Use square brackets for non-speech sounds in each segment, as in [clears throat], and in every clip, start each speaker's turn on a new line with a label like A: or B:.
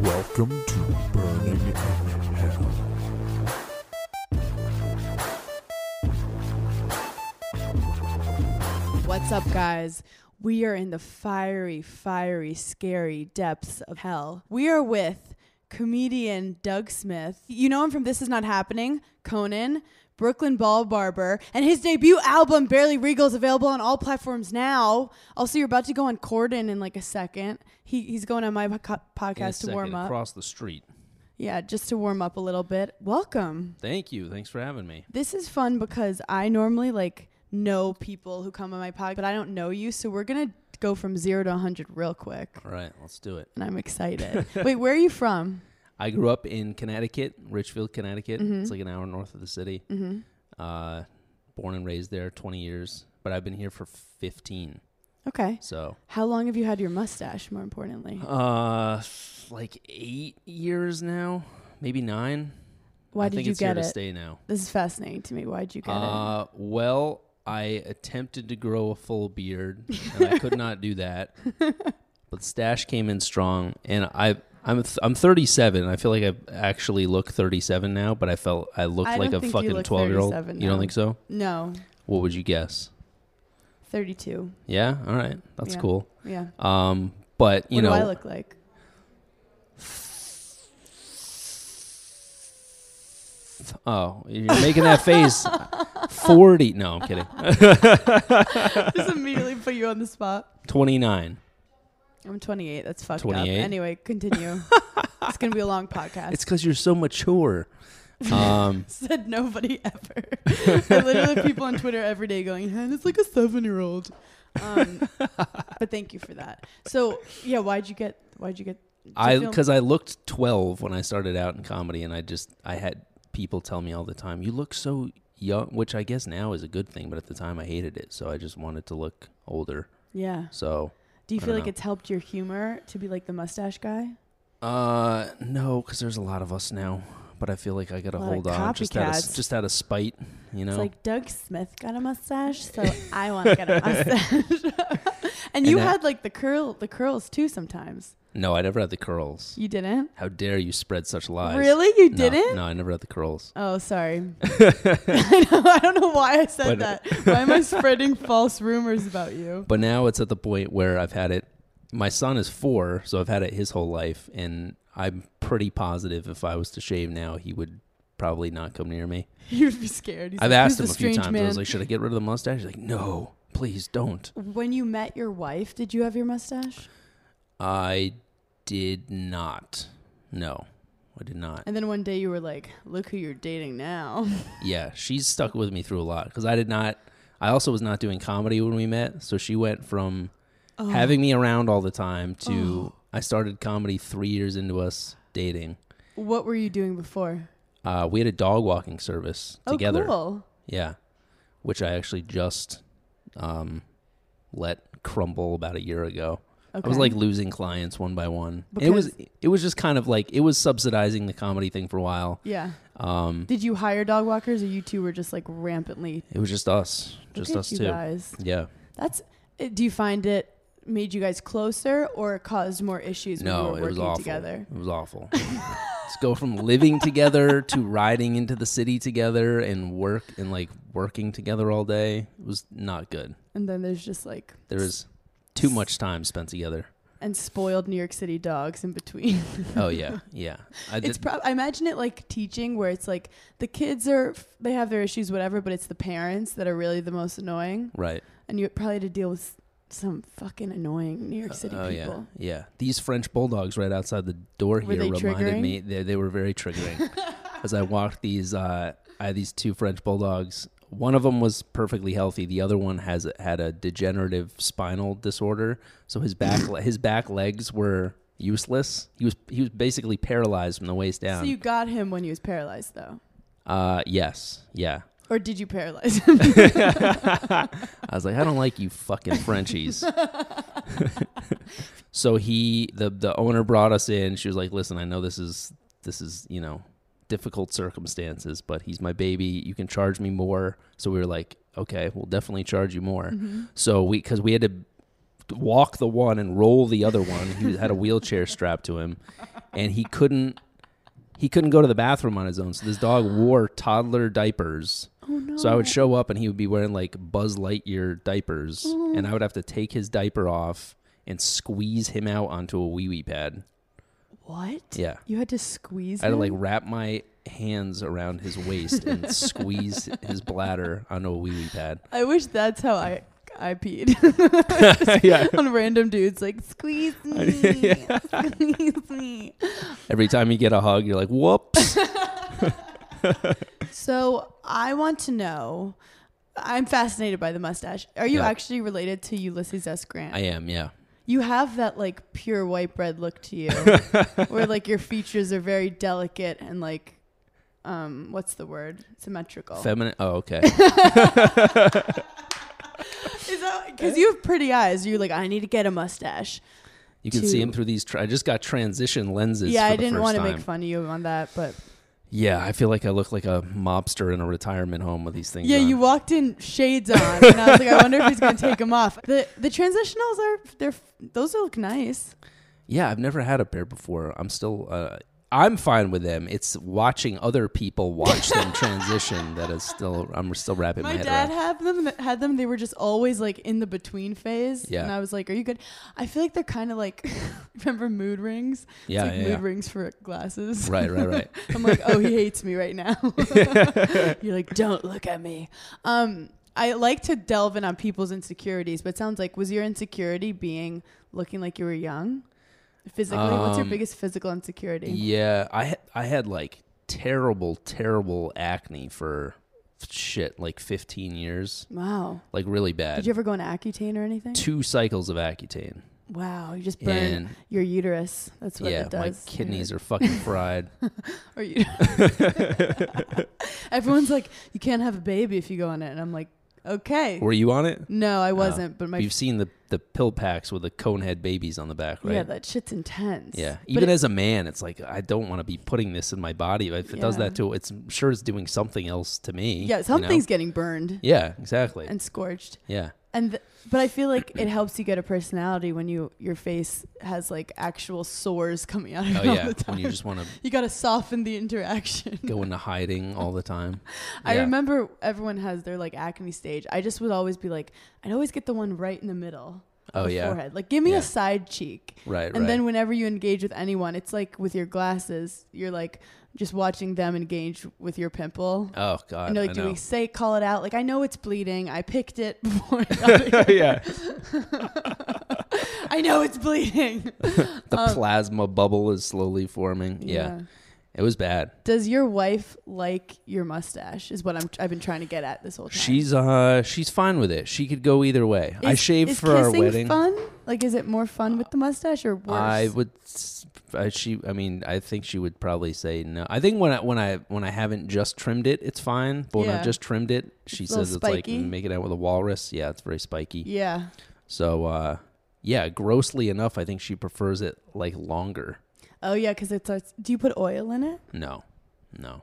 A: Welcome to Burning in Hell.
B: What's up, guys? We are in the fiery, fiery, scary depths of hell. We are with comedian Doug Smith. You know him from This Is Not Happening, Conan, Brooklyn Ball Barber, and his debut album, Barely Regal, is available on all platforms now. Also, you're about to go on Corden in like a second. He, he's going on my po-
C: in a
B: podcast to
C: second
B: warm up.
C: across the street.
B: yeah, just to warm up a little bit. Welcome.
C: Thank you. Thanks for having me.
B: This is fun because I normally like know people who come on my pod, but I don't know you, so we're gonna go from zero to hundred real quick,
C: All right, let's do it.
B: and I'm
C: [laughs]
B: excited. Wait, where are you from?
C: I grew up in Connecticut, Richfield, Connecticut.
B: Mm-hmm.
C: It's like an hour north of the city. Uh, born and raised there 20 years, but I've been here for 15.
B: Okay,
C: So,
B: how long have you had your mustache? More importantly,
C: uh, like eight years now, maybe nine.
B: why
C: I
B: did
C: think
B: you
C: it's
B: get
C: here
B: it?
C: to stay now.
B: This is fascinating to me. Why did you get it?
C: Uh, well, I attempted to grow a full
B: [laughs]
C: beard, and I could not do that. But stash came in strong, and I I'm th- I'm 37. and I feel like I actually look 37 now, but I felt I looked
B: I
C: like
B: don't
C: a
B: think you
C: fucking
B: look
C: 12 year old.
B: 37
C: You don't
B: now.
C: think so?
B: No,
C: What would you guess?
B: thirty-two.
C: Yeah, all right, that's
B: Yeah.
C: cool.
B: Yeah.
C: Um, but you
B: what
C: know,
B: do I look
C: [laughs]
B: like?
C: oh, you're making that face.
B: [laughs]
C: 40? No, I'm kidding. [laughs]
B: Just immediately put you on the spot.
C: 29.
B: I'm 28. That's fucked up.
C: 28?
B: Anyway,
C: [laughs]
B: continue. it's gonna be a long podcast.
C: It's because you're
B: [laughs]
C: so mature. Um.
B: said nobody ever. [laughs] I literally have people on Twitter every day going, "Hen it's like a seven year old. Um,
C: [laughs]
B: but thank you for that. So yeah, why'd you get? Why'd you get? did you
C: I
B: feel-
C: because I looked 12 when I started out in comedy, and I just I had people tell me all the time, "You look so young," which I guess now is a good thing, but at the time I hated it, so I just wanted to look older.
B: yeah.
C: So,
B: Do you
C: I
B: feel
C: don't
B: like
C: know.
B: it's helped your humor to be like the mustache guy?
C: uh, no, because there's a lot of us now, but I feel like I
B: A
C: gotta
B: lot of
C: hold on just out
B: copycats.
C: of just out of spite, you know.
B: It's like Doug Smith got a mustache,
C: [laughs]
B: so I want to get a mustache. [laughs] and you
C: And I-
B: had like the curl, the curls too. Sometimes
C: no, I never had the curls.
B: you didn't.
C: How dare you spread such lies?
B: Really, you
C: No,
B: didn't?
C: No, I never had
B: [laughs]
C: the curls.
B: Oh, sorry. [laughs]
C: [laughs]
B: I, know, I don't know why I said
C: But- uh,
B: that. Why am I spreading [laughs] false rumors about you? [laughs]
C: But now it's at the point where I've had it. My son is four, so I've had it his whole life, and I'm pretty positive if I was to shave now, he would probably not come near me.
B: He would be scared. He's
C: I've
B: like,
C: asked him
B: "Who's the
C: a few
B: strange
C: times. I
B: man?"
C: was like, "Should I get rid of the mustache?" He's like, "No, please don't."
B: when you met your wife, did you have your mustache?
C: I did not. No, I did not.
B: And then one day you were like, "Look who you're dating now."
C: Yeah, she's stuck with me through a lot because I did not. I also was not doing comedy when we met, so she went from
B: Oh.
C: having me around all the time to I started comedy three years into us dating.
B: [laughs] what were you doing before?
C: Uh, we had a dog walking service together.
B: Oh, cool.
C: Yeah, which I actually just um, let crumble about a year ago. I was
B: Okay.
C: like losing clients one by one. it was it was just kind of like it was subsidizing the comedy thing for a while.
B: Yeah.
C: Um,
B: Did you hire dog walkers, or you two were just like rampantly?
C: it was just us,
B: Look
C: just
B: at
C: us
B: you
C: two.
B: guys.
C: Yeah.
B: That's. uh, Do you find it made you guys closer, or it caused more issues when you
C: No,
B: were
C: it was
B: working
C: awful.
B: together?
C: It
B: [laughs]
C: was awful. Let's go from living together to riding into the city together and work and like working together all day. It was not good.
B: And then there's just like
C: There was too much time
B: [laughs]
C: spent together.
B: and spoiled New York City dogs in between.
C: Oh yeah, yeah. I
B: It's
C: did,
B: prob- I imagine it like teaching where it's like the kids are f- they have their issues whatever, but it's the parents that are really the most annoying,
C: right.
B: and you probably had to deal with s- some fucking annoying New York City
C: oh
B: people.
C: yeah, yeah. These French bulldogs right outside the door
B: Were
C: here
B: they
C: reminded
B: triggering?
C: me they, they were very
B: [laughs]
C: triggering. As I walked these, uh, I had these two French bulldogs. One of them was perfectly healthy. The other one has had a degenerative spinal disorder, so his back le- his back legs were useless. He was he was basically paralyzed from the waist down.
B: So you got him when he was paralyzed, though,
C: uh, yes, yeah.
B: or did you paralyze him?
C: I was like, I don't like you fucking Frenchies. so he the the owner brought us in. She was like, Listen, I know this is this is, you know, difficult circumstances, but he's my baby. You can charge
B: Mm.
C: Mm-hmm. me more. So we were like, Okay, we'll definitely charge you more. So we because we had to walk the one and roll the other one. He had a wheelchair strapped to him, and he couldn't he couldn't go to the bathroom on his own. So this dog wore toddler diapers.
B: [laughs] Oh no.
C: So I would show up and he would be wearing like Buzz Lightyear diapers,
B: Mm.
C: and I would have to take his diaper off and squeeze him out onto a wee wee pad.
B: what?
C: Yeah.
B: You had to squeeze.
C: I had to
B: him?
C: like wrap my hands around his
B: [laughs]
C: waist and squeeze his bladder onto a wee wee pad.
B: I wish that's how I I peed [laughs]
C: [laughs] yeah.
B: on random dudes like
C: [laughs]
B: squeeze me, squeeze me.
C: Every time you get a hug, you're
B: [coughs]
C: like, whoops.
B: So I want to know. I'm fascinated by the mustache. Are you
C: Yeah.
B: actually related to Ulysses S. Grant?
C: I am, yeah.
B: you have that like pure white bread look to
C: [laughs]
B: you, where like your features are very delicate and like, um, what's the word? Symmetrical.
C: Feminine. Oh,
B: [laughs]
C: okay.
B: Is that because you have pretty eyes? You're like, I need to get a mustache.
C: You can see him
B: Two.
C: through these. Tra- I just got transition lenses.
B: yeah,
C: for
B: I
C: the
B: didn't
C: first
B: want to
C: time.
B: make fun of you on that, but
C: Yeah, I feel like I look like a mobster in a retirement home with these things.
B: Yeah,
C: on.
B: you walked in shades on, and I was like, I wonder if he's gonna take them off. The the transitionals are they're those look nice.
C: Yeah, I've never had a pair before. I'm still. Uh, I'm fine with them. It's watching other people
B: [laughs]
C: watch them transition that is still. I'm still wrapping my,
B: My
C: head
B: dad
C: around.
B: had them. Had them. They were just always like in the between phase.
C: Yeah.
B: and I was like, Are you good? I feel like they're kind of like [laughs] remember mood rings. it's
C: Yeah,
B: like
C: yeah,
B: mood
C: yeah.
B: rings for
C: [laughs]
B: glasses.
C: Right,
B: [laughs]
C: right, right.
B: I'm like, oh, he hates me right
C: [laughs]
B: now. You're like, don't look at me. Um, I like to delve in on people's insecurities, but it sounds like was your insecurity being looking like you were young? Physically, what's your
C: Um,
B: biggest physical insecurity?
C: Yeah, I had- I had like terrible, terrible acne for shit like 15 years,
B: Wow.
C: like really bad.
B: Did you ever go on Accutane or anything?
C: Two cycles of Accutane.
B: Wow, you just burn
C: And-
B: your uterus. That's what
C: yeah,
B: it does.
C: my kidneys are fucking
B: [laughs]
C: fried.
B: Or you. Everyone's like, you can't have a baby if you go on it, and I'm like, okay.
C: Were you on it?
B: no, I wasn't, but my
C: You've seen the the pill packs with the cone head babies on the back, right?
B: yeah, that shit's intense.
C: Yeah.
B: But
C: Even
B: it-
C: as a man, it's like I don't want to be putting this in my body. If it does
B: Yeah.
C: that to, it's I'm sure it's doing something else to me. you
B: Yeah,
C: know?
B: something's getting burned
C: Yeah, exactly.
B: and scorched. [laughs]
C: yeah.
B: And th- but I feel like it helps you get a personality when you your face has like actual sores coming out of
C: Oh
B: it all
C: yeah.
B: the time. [laughs]
C: When
B: You,
C: you just want to
B: got to soften the interaction.
C: go into hiding all the time.
B: [laughs] I
C: Yeah.
B: remember everyone has their like acne stage. I just would always be like, I'd always get the one right in the middle.
C: Oh
B: of the
C: yeah.
B: forehead. Like give me
C: Yeah.
B: a side cheek.
C: Right.
B: And then whenever you engage with anyone, it's like with your glasses, you're like just watching them engage with your pimple.
C: oh god.
B: you know, like,
C: I
B: do
C: know.
B: we [laughs] say call it out? Like, I know it's bleeding. I picked it
C: [laughs]
B: before. [laughs] I got here.
C: yeah.
B: I know it's bleeding.
C: The
B: um,
C: plasma bubble is slowly forming. [laughs] Yeah. It was bad.
B: Does your wife like your mustache? Is what I'm. I've been trying to get at this whole time.
C: She's uh she's fine with it. She could go either way. I
B: Is-
C: shaved
B: is
C: for our
B: kissing
C: wedding.
B: Fun? Like, is it more fun with the mustache or worse?
C: I would. s- I, she. I mean, I think she would probably say no. I think when I when I when I haven't just trimmed it, it's fine. But when
B: Yeah.
C: I've just trimmed it, she
B: It's a little
C: says it's
B: spiky.
C: like make it out with a walrus. Yeah, it's very spiky.
B: yeah.
C: So, uh, yeah, grossly enough, I think she prefers it like longer.
B: Oh yeah, because it starts. Do you put oil in it?
C: No, no.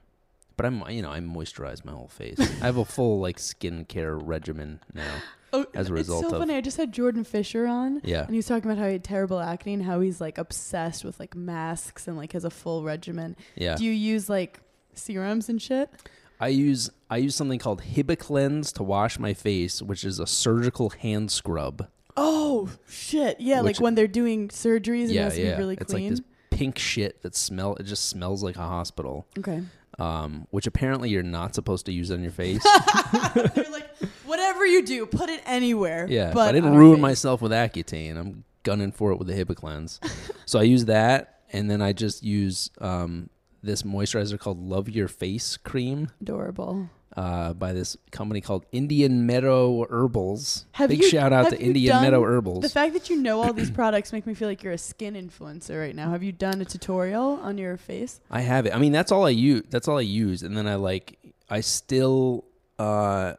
C: But I'm you know I moisturize my
B: [laughs]
C: whole face. I have a full like skincare regimen now.
B: Oh,
C: As a result
B: it's so
C: of-
B: funny. I just had Jordan Fisher on.
C: Yeah.
B: [laughs] And he was talking about how he had terrible acne and how he's like obsessed with like masks and like has a full regimen.
C: Yeah.
B: Do you use like serums and shit?
C: I use I use something called Hiba Cleanse to wash my face, which is a surgical hand scrub.
B: Oh shit! Yeah,
C: Which-
B: like when they're doing surgeries, and it
C: yeah,
B: has to
C: yeah.
B: be really
C: it's
B: clean.
C: like this pink shit that smell. It just smells like a hospital,
B: okay.
C: um, which apparently you're not supposed to use on your face.
B: [laughs] [laughs] they're like, whatever you do, put it anywhere.
C: yeah,
B: but
C: I didn't
B: on
C: ruin
B: your face."
C: myself with Accutane. I'm gunning for it with the
B: [laughs]
C: Hiba Cleanse. so I use that, and then I just use um, this moisturizer called Love Your Face Cream
B: Adorable.
C: uh, by this company called Indian Meadow Herbals.
B: Have
C: Big
B: you-
C: shout out
B: have
C: to
B: you
C: Indian
B: done
C: Meadow Herbals.
B: The fact that you know all these products make me feel like you're a skin influencer right now. Have you done a tutorial on your face?
C: I have it. I mean, that's all I use. That's all I use, and then I like. I still. uh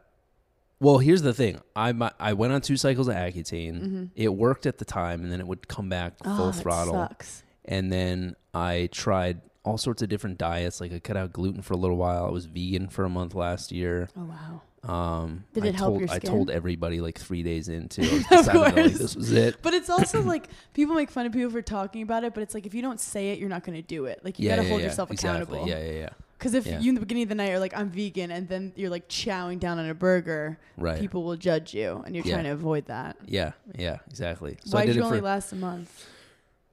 C: Well, here's the thing. I mi- I went on two cycles of Accutane. It worked at the time, and then it would come back Mm-hmm. full
B: Oh,
C: throttle.
B: Mm-hmm. It sucks.
C: And then I tried all sorts of different diets. Like I cut out gluten for a little while. I was vegan for a month last year.
B: Oh wow.
C: Um,
B: Did
C: I
B: it help
C: told,
B: your
C: I
B: skin?
C: told everybody like three days
B: [laughs]
C: into I was deciding that, like,
B: course.
C: this was it.
B: But it's
C: [coughs]
B: also like people make fun of people for talking about it, but it's like if you don't say it, you're not going to do it. Like you
C: yeah,
B: got to
C: yeah,
B: hold
C: yeah,
B: yourself
C: exactly.
B: accountable.
C: Yeah, yeah, yeah.
B: Because if
C: Yeah.
B: you in the beginning of the night are like, I'm vegan, and then you're like chowing down on a burger,
C: Right.
B: people will judge you, and you're
C: Yeah.
B: trying to avoid that.
C: Yeah, yeah, exactly. So
B: Why
C: I
B: would
C: did
B: you
C: it
B: only
C: for
B: last a month?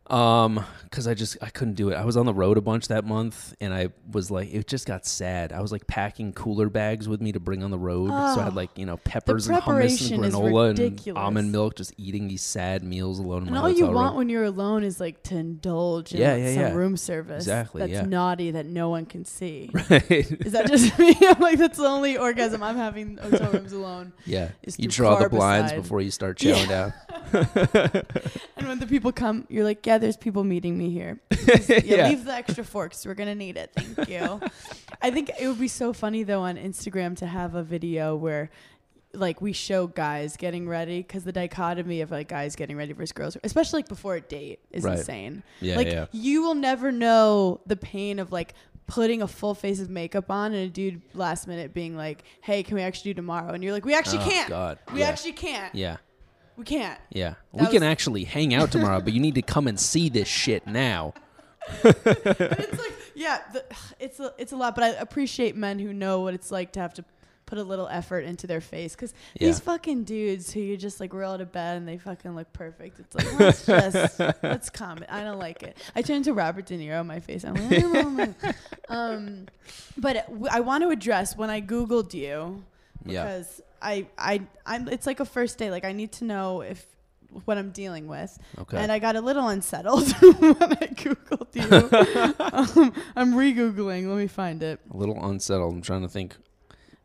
C: Um, cause I just I couldn't do it. I was on the road a bunch that month, and I was like, it just got sad. I was like packing cooler bags with me to bring on the road, so I
B: Oh.
C: had like you know peppers and hummus and
B: preparation is
C: granola and
B: ridiculous.
C: almond milk, just eating these sad meals alone in
B: And
C: my
B: all you
C: hotel
B: want
C: [laughs] room.
B: when you're alone is like to indulge in
C: Yeah,
B: like,
C: yeah,
B: some
C: yeah.
B: room service
C: Exactly,
B: that's
C: yeah.
B: naughty that no one can see.
C: [laughs] Right.
B: Is that just me? [laughs] I'm like, that's the only orgasm I'm having in hotel rooms alone.
C: yeah.
B: Is
C: You
B: through
C: draw the blinds
B: carbicide.
C: before you start
B: Yeah.
C: chowing down.
B: And when the people come, you're like, yeah, there's people meeting me here. Just- [laughs] yeah,
C: [laughs] Yeah.
B: Leave the extra forks. We're going to need it. Thank
C: [laughs]
B: you. I think it would be so funny, though, on Instagram to have a video where like we show guys getting ready because the dichotomy of like guys getting ready versus girls especially like before a date is
C: Right.
B: insane
C: Yeah,
B: like
C: yeah.
B: you will never know the pain of like putting a full face of makeup on and a dude last minute being like hey can we actually do tomorrow and you're like we actually
C: Oh,
B: can't
C: God.
B: we
C: Yeah.
B: actually can't
C: Yeah.
B: we can't
C: Yeah.
B: That
C: we can
B: was-
C: actually hang out tomorrow, but you need to come and see this
B: [laughs]
C: shit now.
B: it's like yeah the, [sighs] it's a, it's a lot but i appreciate men who know what it's like to have to put a little effort into their face because these
C: Yeah.
B: fucking dudes who you just like roll out of bed and they fucking look perfect it's like let's
C: [laughs]
B: just let's comment i don't like it i turn to robert de niro my face i'm
C: [laughs]
B: like um but w- i want to address when i googled you
C: Yeah.
B: because i i i'm it's like a first date like i need to know if what i'm dealing with
C: Okay.
B: and I got a little unsettled [laughs] when I Googled
C: [laughs]
B: you. um, I'm re Googling. Let me find it.
C: a little unsettled. I'm trying to think.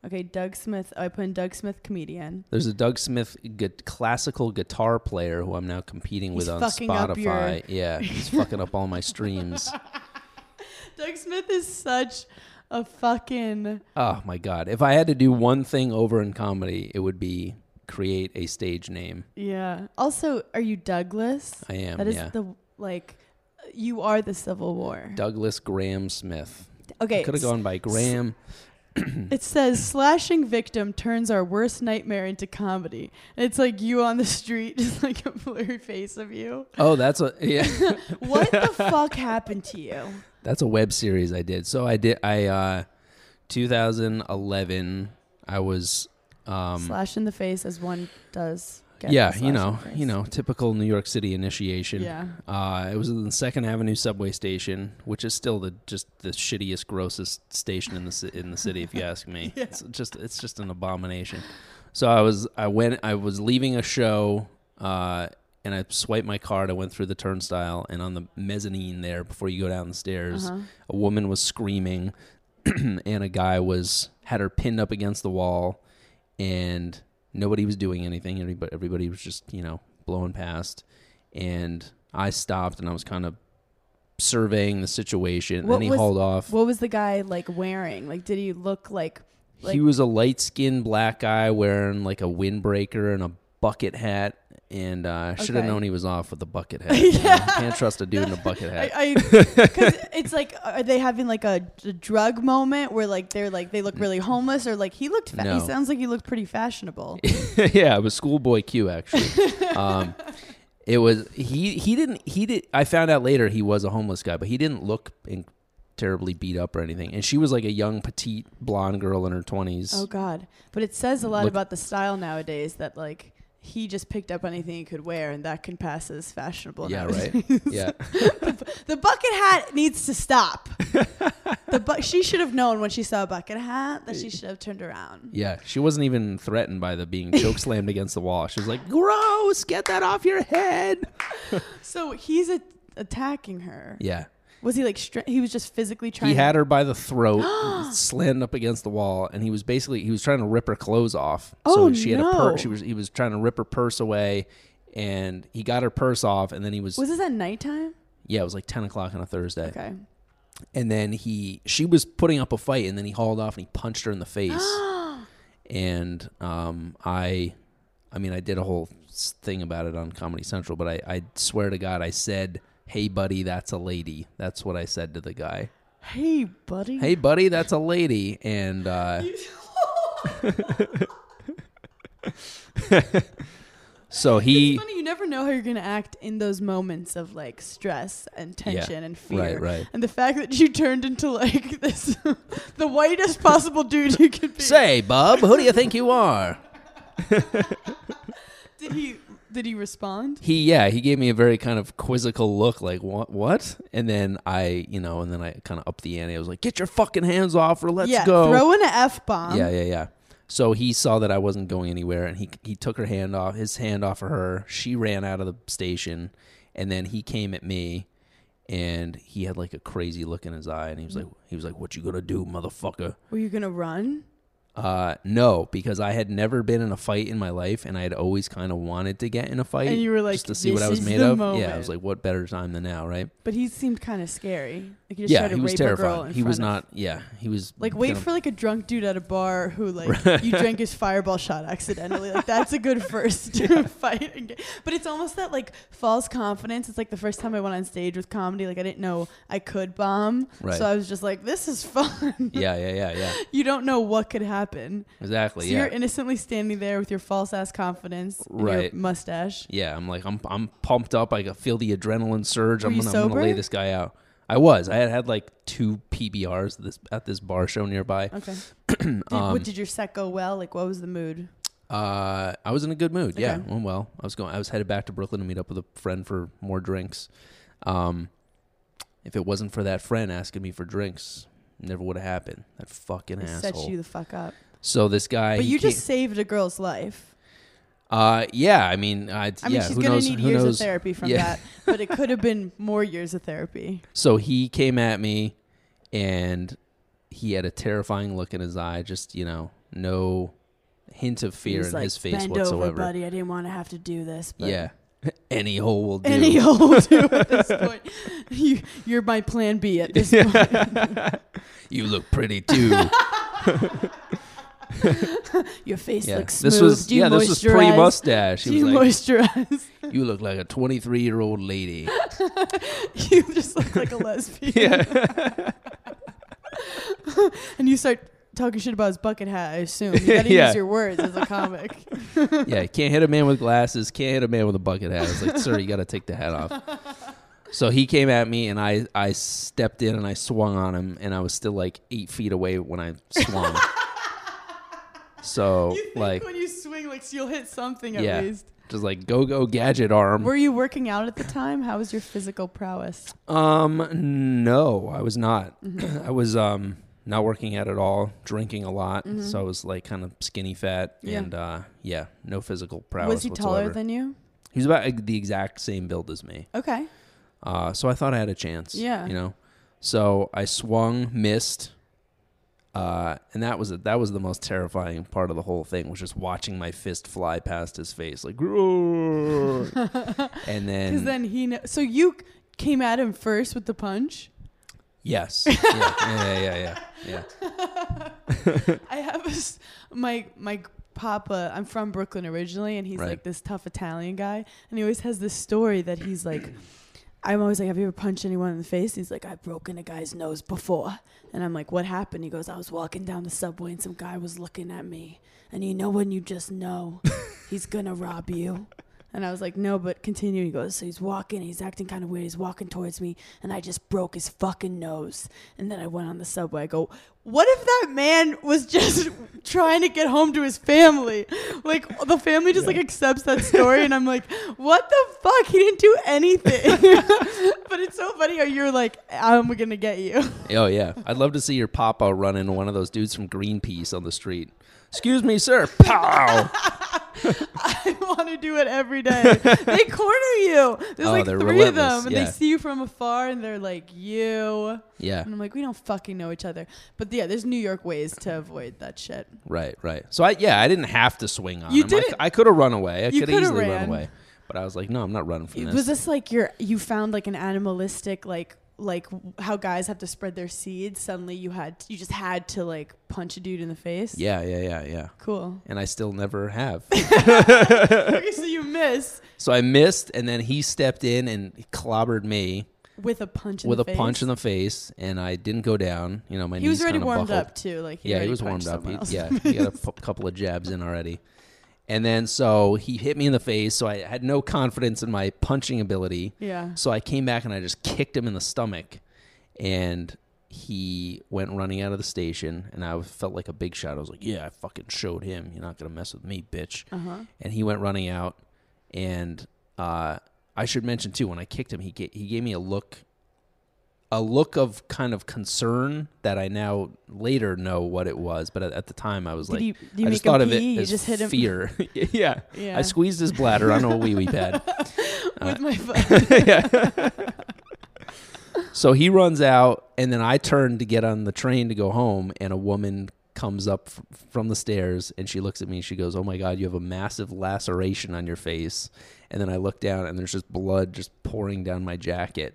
B: Okay, Doug Smith. Oh, I put in Doug Smith comedian.
C: There's a Doug Smith gu- classical guitar player who I'm now competing with
B: He's
C: on
B: fucking
C: Spotify.
B: up your- [laughs]
C: Yeah, he's fucking up all my streams.
B: Doug Smith is such a fucking.
C: Oh my god! If I had to do one thing over in comedy, it would be create a stage name.
B: Yeah. Also, are you Douglas?
C: I am.
B: That is
C: yeah.
B: the. Like, you are the Civil War.
C: Douglas Graham Smith.
B: okay.
C: Could have gone by Graham.
B: It says slashing victim turns our worst nightmare into comedy. And it's like you on the street, [laughs] just like a blurry face of you.
C: Oh, that's a yeah. [laughs]
B: What the fuck happened to you?
C: That's a web series I did. So I did. I uh, 2011. I was um,
B: slash in the face as one does. Get
C: yeah,
B: slashed
C: you
B: in
C: know,
B: the face.
C: you know, typical New York City initiation.
B: Yeah.
C: Uh, it was in the Second Avenue subway station, which is still the just the shittiest, grossest station in the ci- in the city, if you ask me. It's just it's just an abomination. So I was I went I was leaving a show, uh, and I swiped my card. I went through the turnstile, and on the mezzanine there, before you go down the stairs,
B: Uh-huh.
C: a woman was screaming, [clears throat] and a guy was had her pinned up against the wall, and nobody was doing anything. Everybody everybody was just you know blowing past, and I stopped and I was kind of surveying the situation.
B: What
C: and then he
B: was-
C: hauled off.
B: What was the guy like wearing? Like, did he look like like
C: he was a light skinned black guy wearing like a windbreaker and a bucket hat. And uh, I should have
B: Okay.
C: known he was off with the
B: [laughs]
C: bucket hat. you know?
B: Yeah.
C: Can't trust a dude in a bucket hat.
B: [laughs]
C: [laughs]
B: I, I cause it's like, are they having like a, d- drug moment where like they're like they look really homeless or like he looked? Fa-
C: No.
B: He sounds like he looked pretty fashionable.
C: [laughs] yeah, it was Schoolboy Q actually. um, it was he. He didn't. He did. I found out later he was a homeless guy, but he didn't look in, terribly beat up or anything. And she was like a young petite blonde girl in her twenties.
B: oh God! But it says a lot
C: Look-
B: about the style nowadays that like he just picked up anything he could wear and that can pass as fashionable.
C: yeah,
B: nowadays.
C: right. yeah,
B: The bucket hat needs to stop. the bu- she should have known when she saw a bucket hat that she should have turned around.
C: yeah. She wasn't even threatened by the being choke slammed against the wall. She was like, "Gross! Get that off your head."
B: So he's a- attacking her.
C: Yeah.
B: Was he like str- he was just physically trying?
C: He had her by
B: [gasps]
C: the throat, slammed up against the wall, and he was basically he was trying to rip her clothes off.
B: Oh,
C: so she had a
B: no.
C: purse. She was he was trying to rip her purse away, and he got her purse off, and then he was,
B: Was this at nighttime?
C: yeah, it was like ten o'clock on a Thursday,
B: Okay.
C: and then he she was putting up a fight, and then he hauled off and he punched her in
B: [gasps]
C: the face, and um I, I mean I did a whole s- thing about it on Comedy Central, but I I swear to God I said. Hey buddy, that's a lady. That's what I said to the guy.
B: hey, buddy.
C: Hey buddy, that's a lady. And uh, [laughs] So he,
B: It's funny, you never know how you're going to act in those moments of like stress and tension and fear.
C: right, right.
B: And the fact that you turned into like [laughs] this, the whitest possible dude you could be.
C: Say, bub, who do you think you are?
B: Did he? Did he respond?
C: He, yeah, he gave me a very kind of quizzical look, like what, what? And then I, you know, and then I kind of upped the ante. I was like, get your fucking hands off, or let's
B: yeah,
C: go.
B: throw in an f bomb.
C: yeah, yeah, yeah. So he saw that I wasn't going anywhere, and he he took her hand off, his hand off of her. She ran out of the station, and then he came at me, and he had like a crazy look in his eye, and he was like, he was like, "What you gonna do, motherfucker?"
B: Were you gonna run?
C: Uh, no, because I had never been in a fight in my life, and I had always kind of wanted to get in a fight.
B: And you were like,
C: just to see what
B: "This
C: I was
B: is
C: made
B: the
C: of. Yeah, I
B: moment.
C: was like, what better time than now, right?
B: But he seemed kind of scary. Like he just
C: yeah,
B: tried to
C: he
B: rape
C: was
B: A girl in
C: terrified. He was
B: front of-
C: not. Yeah, he was
B: Like wait
C: gonna-
B: for like a drunk dude at a bar who
C: [laughs]
B: like you drank his fireball shot accidentally. Like that's a good first [laughs] fight. and get- But it's almost that like false confidence. It's like the first time I went on stage with comedy. Like I didn't know I could bomb,
C: Right.
B: so I was just like, this is fun.
C: Yeah, yeah, yeah, yeah.
B: [laughs] you don't know what could happen.
C: Exactly.
B: So
C: yeah.
B: you're innocently standing there with your false ass confidence, and your
C: Right.
B: mustache.
C: Yeah, I'm like I'm I'm pumped up. I can feel the adrenaline surge.
B: Were
C: I'm
B: you
C: gonna, I'm gonna lay
B: sober?
C: this guy out. I was. I had had like two PBRs this at this bar show nearby. [clears throat]
B: Okay. did,
C: Um,
B: what, did your set go well? Like, what was the mood?
C: Uh, I was in a good mood. Yeah.
B: Okay.
C: Well, well, I was going. I was headed back to Brooklyn to meet up with a friend for more drinks. Um, if it wasn't for that friend asking me for drinks, never would have happened. That fucking
B: It
C: asshole.
B: set you the fuck up.
C: so this guy.
B: But
C: he
B: you
C: came-
B: just saved a girl's life.
C: Uh, yeah. I mean,
B: I
C: I.
B: mean,
C: yeah,
B: she's
C: who
B: gonna
C: knows?
B: need
C: who
B: years
C: knows?
B: of therapy from
C: Yeah.
B: that, but it could have been more years of therapy.
C: So he came at me and he had a terrifying look in his eye, just, you know, no hint of
B: He
C: [laughs] fear
B: was
C: in
B: like,
C: his face
B: Bend over,
C: whatsoever.
B: buddy. I didn't want to have to do this. But
C: yeah. [laughs] Any hole will
B: [laughs]
C: do.
B: Any old dude at
C: [laughs]
B: this point. [laughs] You, you're my plan B at this point. [laughs]
C: [laughs] you look pretty too.
B: Your face
C: yeah.
B: looks smooth.
C: This was
B: do you
C: yeah,
B: moisturize?
C: this was pre mustache.
B: do
C: He
B: you
C: was like,
B: moisturize? [laughs]
C: You look like a twenty three year old lady.
B: you just look
C: [laughs]
B: like a lesbian.
C: yeah.
B: And you start talking shit about his bucket hat, I assume. You
C: [laughs]
B: gotta
C: Yeah.
B: use your words as a comic.
C: yeah, can't hit a man with glasses, can't hit a man with a bucket hat. I was like, sir, you got to take the hat off. So he came at me, and I, I stepped in and I swung on him, and I was still like eight feet away when I swung.
B: [laughs]
C: so,
B: You think
C: [laughs] like,
B: when you swing, like so you'll hit something at
C: yeah,
B: least.
C: just like go go gadget arm.
B: Were you working out at the time? How was your physical prowess?
C: Um, no, I was not.
B: Mm-hmm.
C: [clears throat] I was um not working out at all, drinking a lot, so I was like kind of skinny fat,
B: Mm-hmm. Yeah.
C: and uh, yeah, no physical prowess.
B: was he taller
C: whatsoever.
B: than you?
C: He was about uh, the exact same build as me.
B: Okay.
C: Uh, so I thought I had a chance.
B: Yeah.
C: You know, so I swung, missed, uh, and that was that was the most terrifying part of the whole thing was just watching my fist fly past his face, like, "Roar."
B: [laughs] Because
C: and then,
B: then he. Kn- so you c- came at him first with the punch.
C: yes, yeah, yeah, yeah, yeah, yeah.
B: [laughs] I have a s my my papa. I'm from Brooklyn originally, and he's
C: Right.
B: like this tough Italian guy, and he always has this story that he's like. [clears throat] I'm always like, have you ever punched anyone in the face? He's like, I've broken a guy's nose before. And I'm like, what happened? He goes, I was walking down the subway and some guy was looking at me. And you know when you just know he's gonna rob you. And I was like, no, but continue. He goes, so he's walking, he's acting kind of weird. He's walking towards me, and I just broke his fucking nose. And then I went on the subway. I go, what if that man was [laughs] just trying to get home to his family? Like, the family just like accepts
C: [laughs]
B: that story, and I'm like, what the fuck? He didn't do
C: [laughs]
B: anything. but it's so funny how you're like, I'm gonna get you. [laughs]
C: Oh yeah, I'd love to see your papa run into one of those dudes from Greenpeace on the street. Excuse me, sir. Pow!
B: I want to do it every
C: [laughs]
B: day. they corner you. There's
C: Oh,
B: like three
C: they're
B: of them,
C: relentless,
B: and
C: yeah.
B: they see you from afar, and they're like, "You."
C: Yeah.
B: And I'm like, "We don't fucking know each other." But yeah, there's New York ways to avoid that shit.
C: Right, right. So I yeah, I didn't have to swing on
B: You
C: him.
B: didn't-
C: I, could have run away. I
B: You
C: could
B: coulda
C: have easily
B: ran.
C: run away. But I was like, no, I'm not running from this.
B: Was this like your you found like an animalistic like like how guys have to spread their seeds? Suddenly you had you just had to like punch a dude in the face.
C: yeah, yeah, yeah, yeah. [laughs]
B: Cool.
C: And I still never have.
B: okay, so you miss.
C: so I missed, and then he stepped in and clobbered me.
B: with a punch in
C: with
B: the
C: a
B: face.
C: punch in the face, and I didn't go down. You know, my
B: He was
C: knees
B: already
C: kinda
B: warmed
C: buckled.
B: up too. Like he
C: yeah, he
B: already
C: was warmed
B: punched
C: up. He,
B: someone else.
C: yeah, he got a pu- couple of jabs in already. And then so he hit me in the face, so I had no confidence in my punching ability.
B: [laughs] yeah.
C: So I came back and I just kicked him in the stomach, and he went running out of the station. And I felt like a big shot. I was like, "Yeah, I fucking showed him. You're not gonna mess with me, bitch."
B: Uh huh.
C: And he went running out. And uh, I should mention too, when I kicked him, he ga- he gave me a look, a look of kind of concern that I now later know what it was. But at, at the time, I was
B: Did
C: like,
B: you, did you
C: I
B: make
C: just thought
B: him
C: of it
B: pee? You
C: as
B: just hit him
C: fear. [laughs] yeah.
B: Yeah.
C: I uh, squeezed his bladder on a wee wee pad.
B: [laughs] with
C: [laughs]
B: my [laughs] foot.
C: Yeah. [laughs] so he runs out, and then I turn to get on the train to go home, and a woman comes up f- from the stairs, and she looks at me, and she goes, "Oh my god, you have a massive laceration on your face." And then I look down, and there's just blood just pouring down my jacket,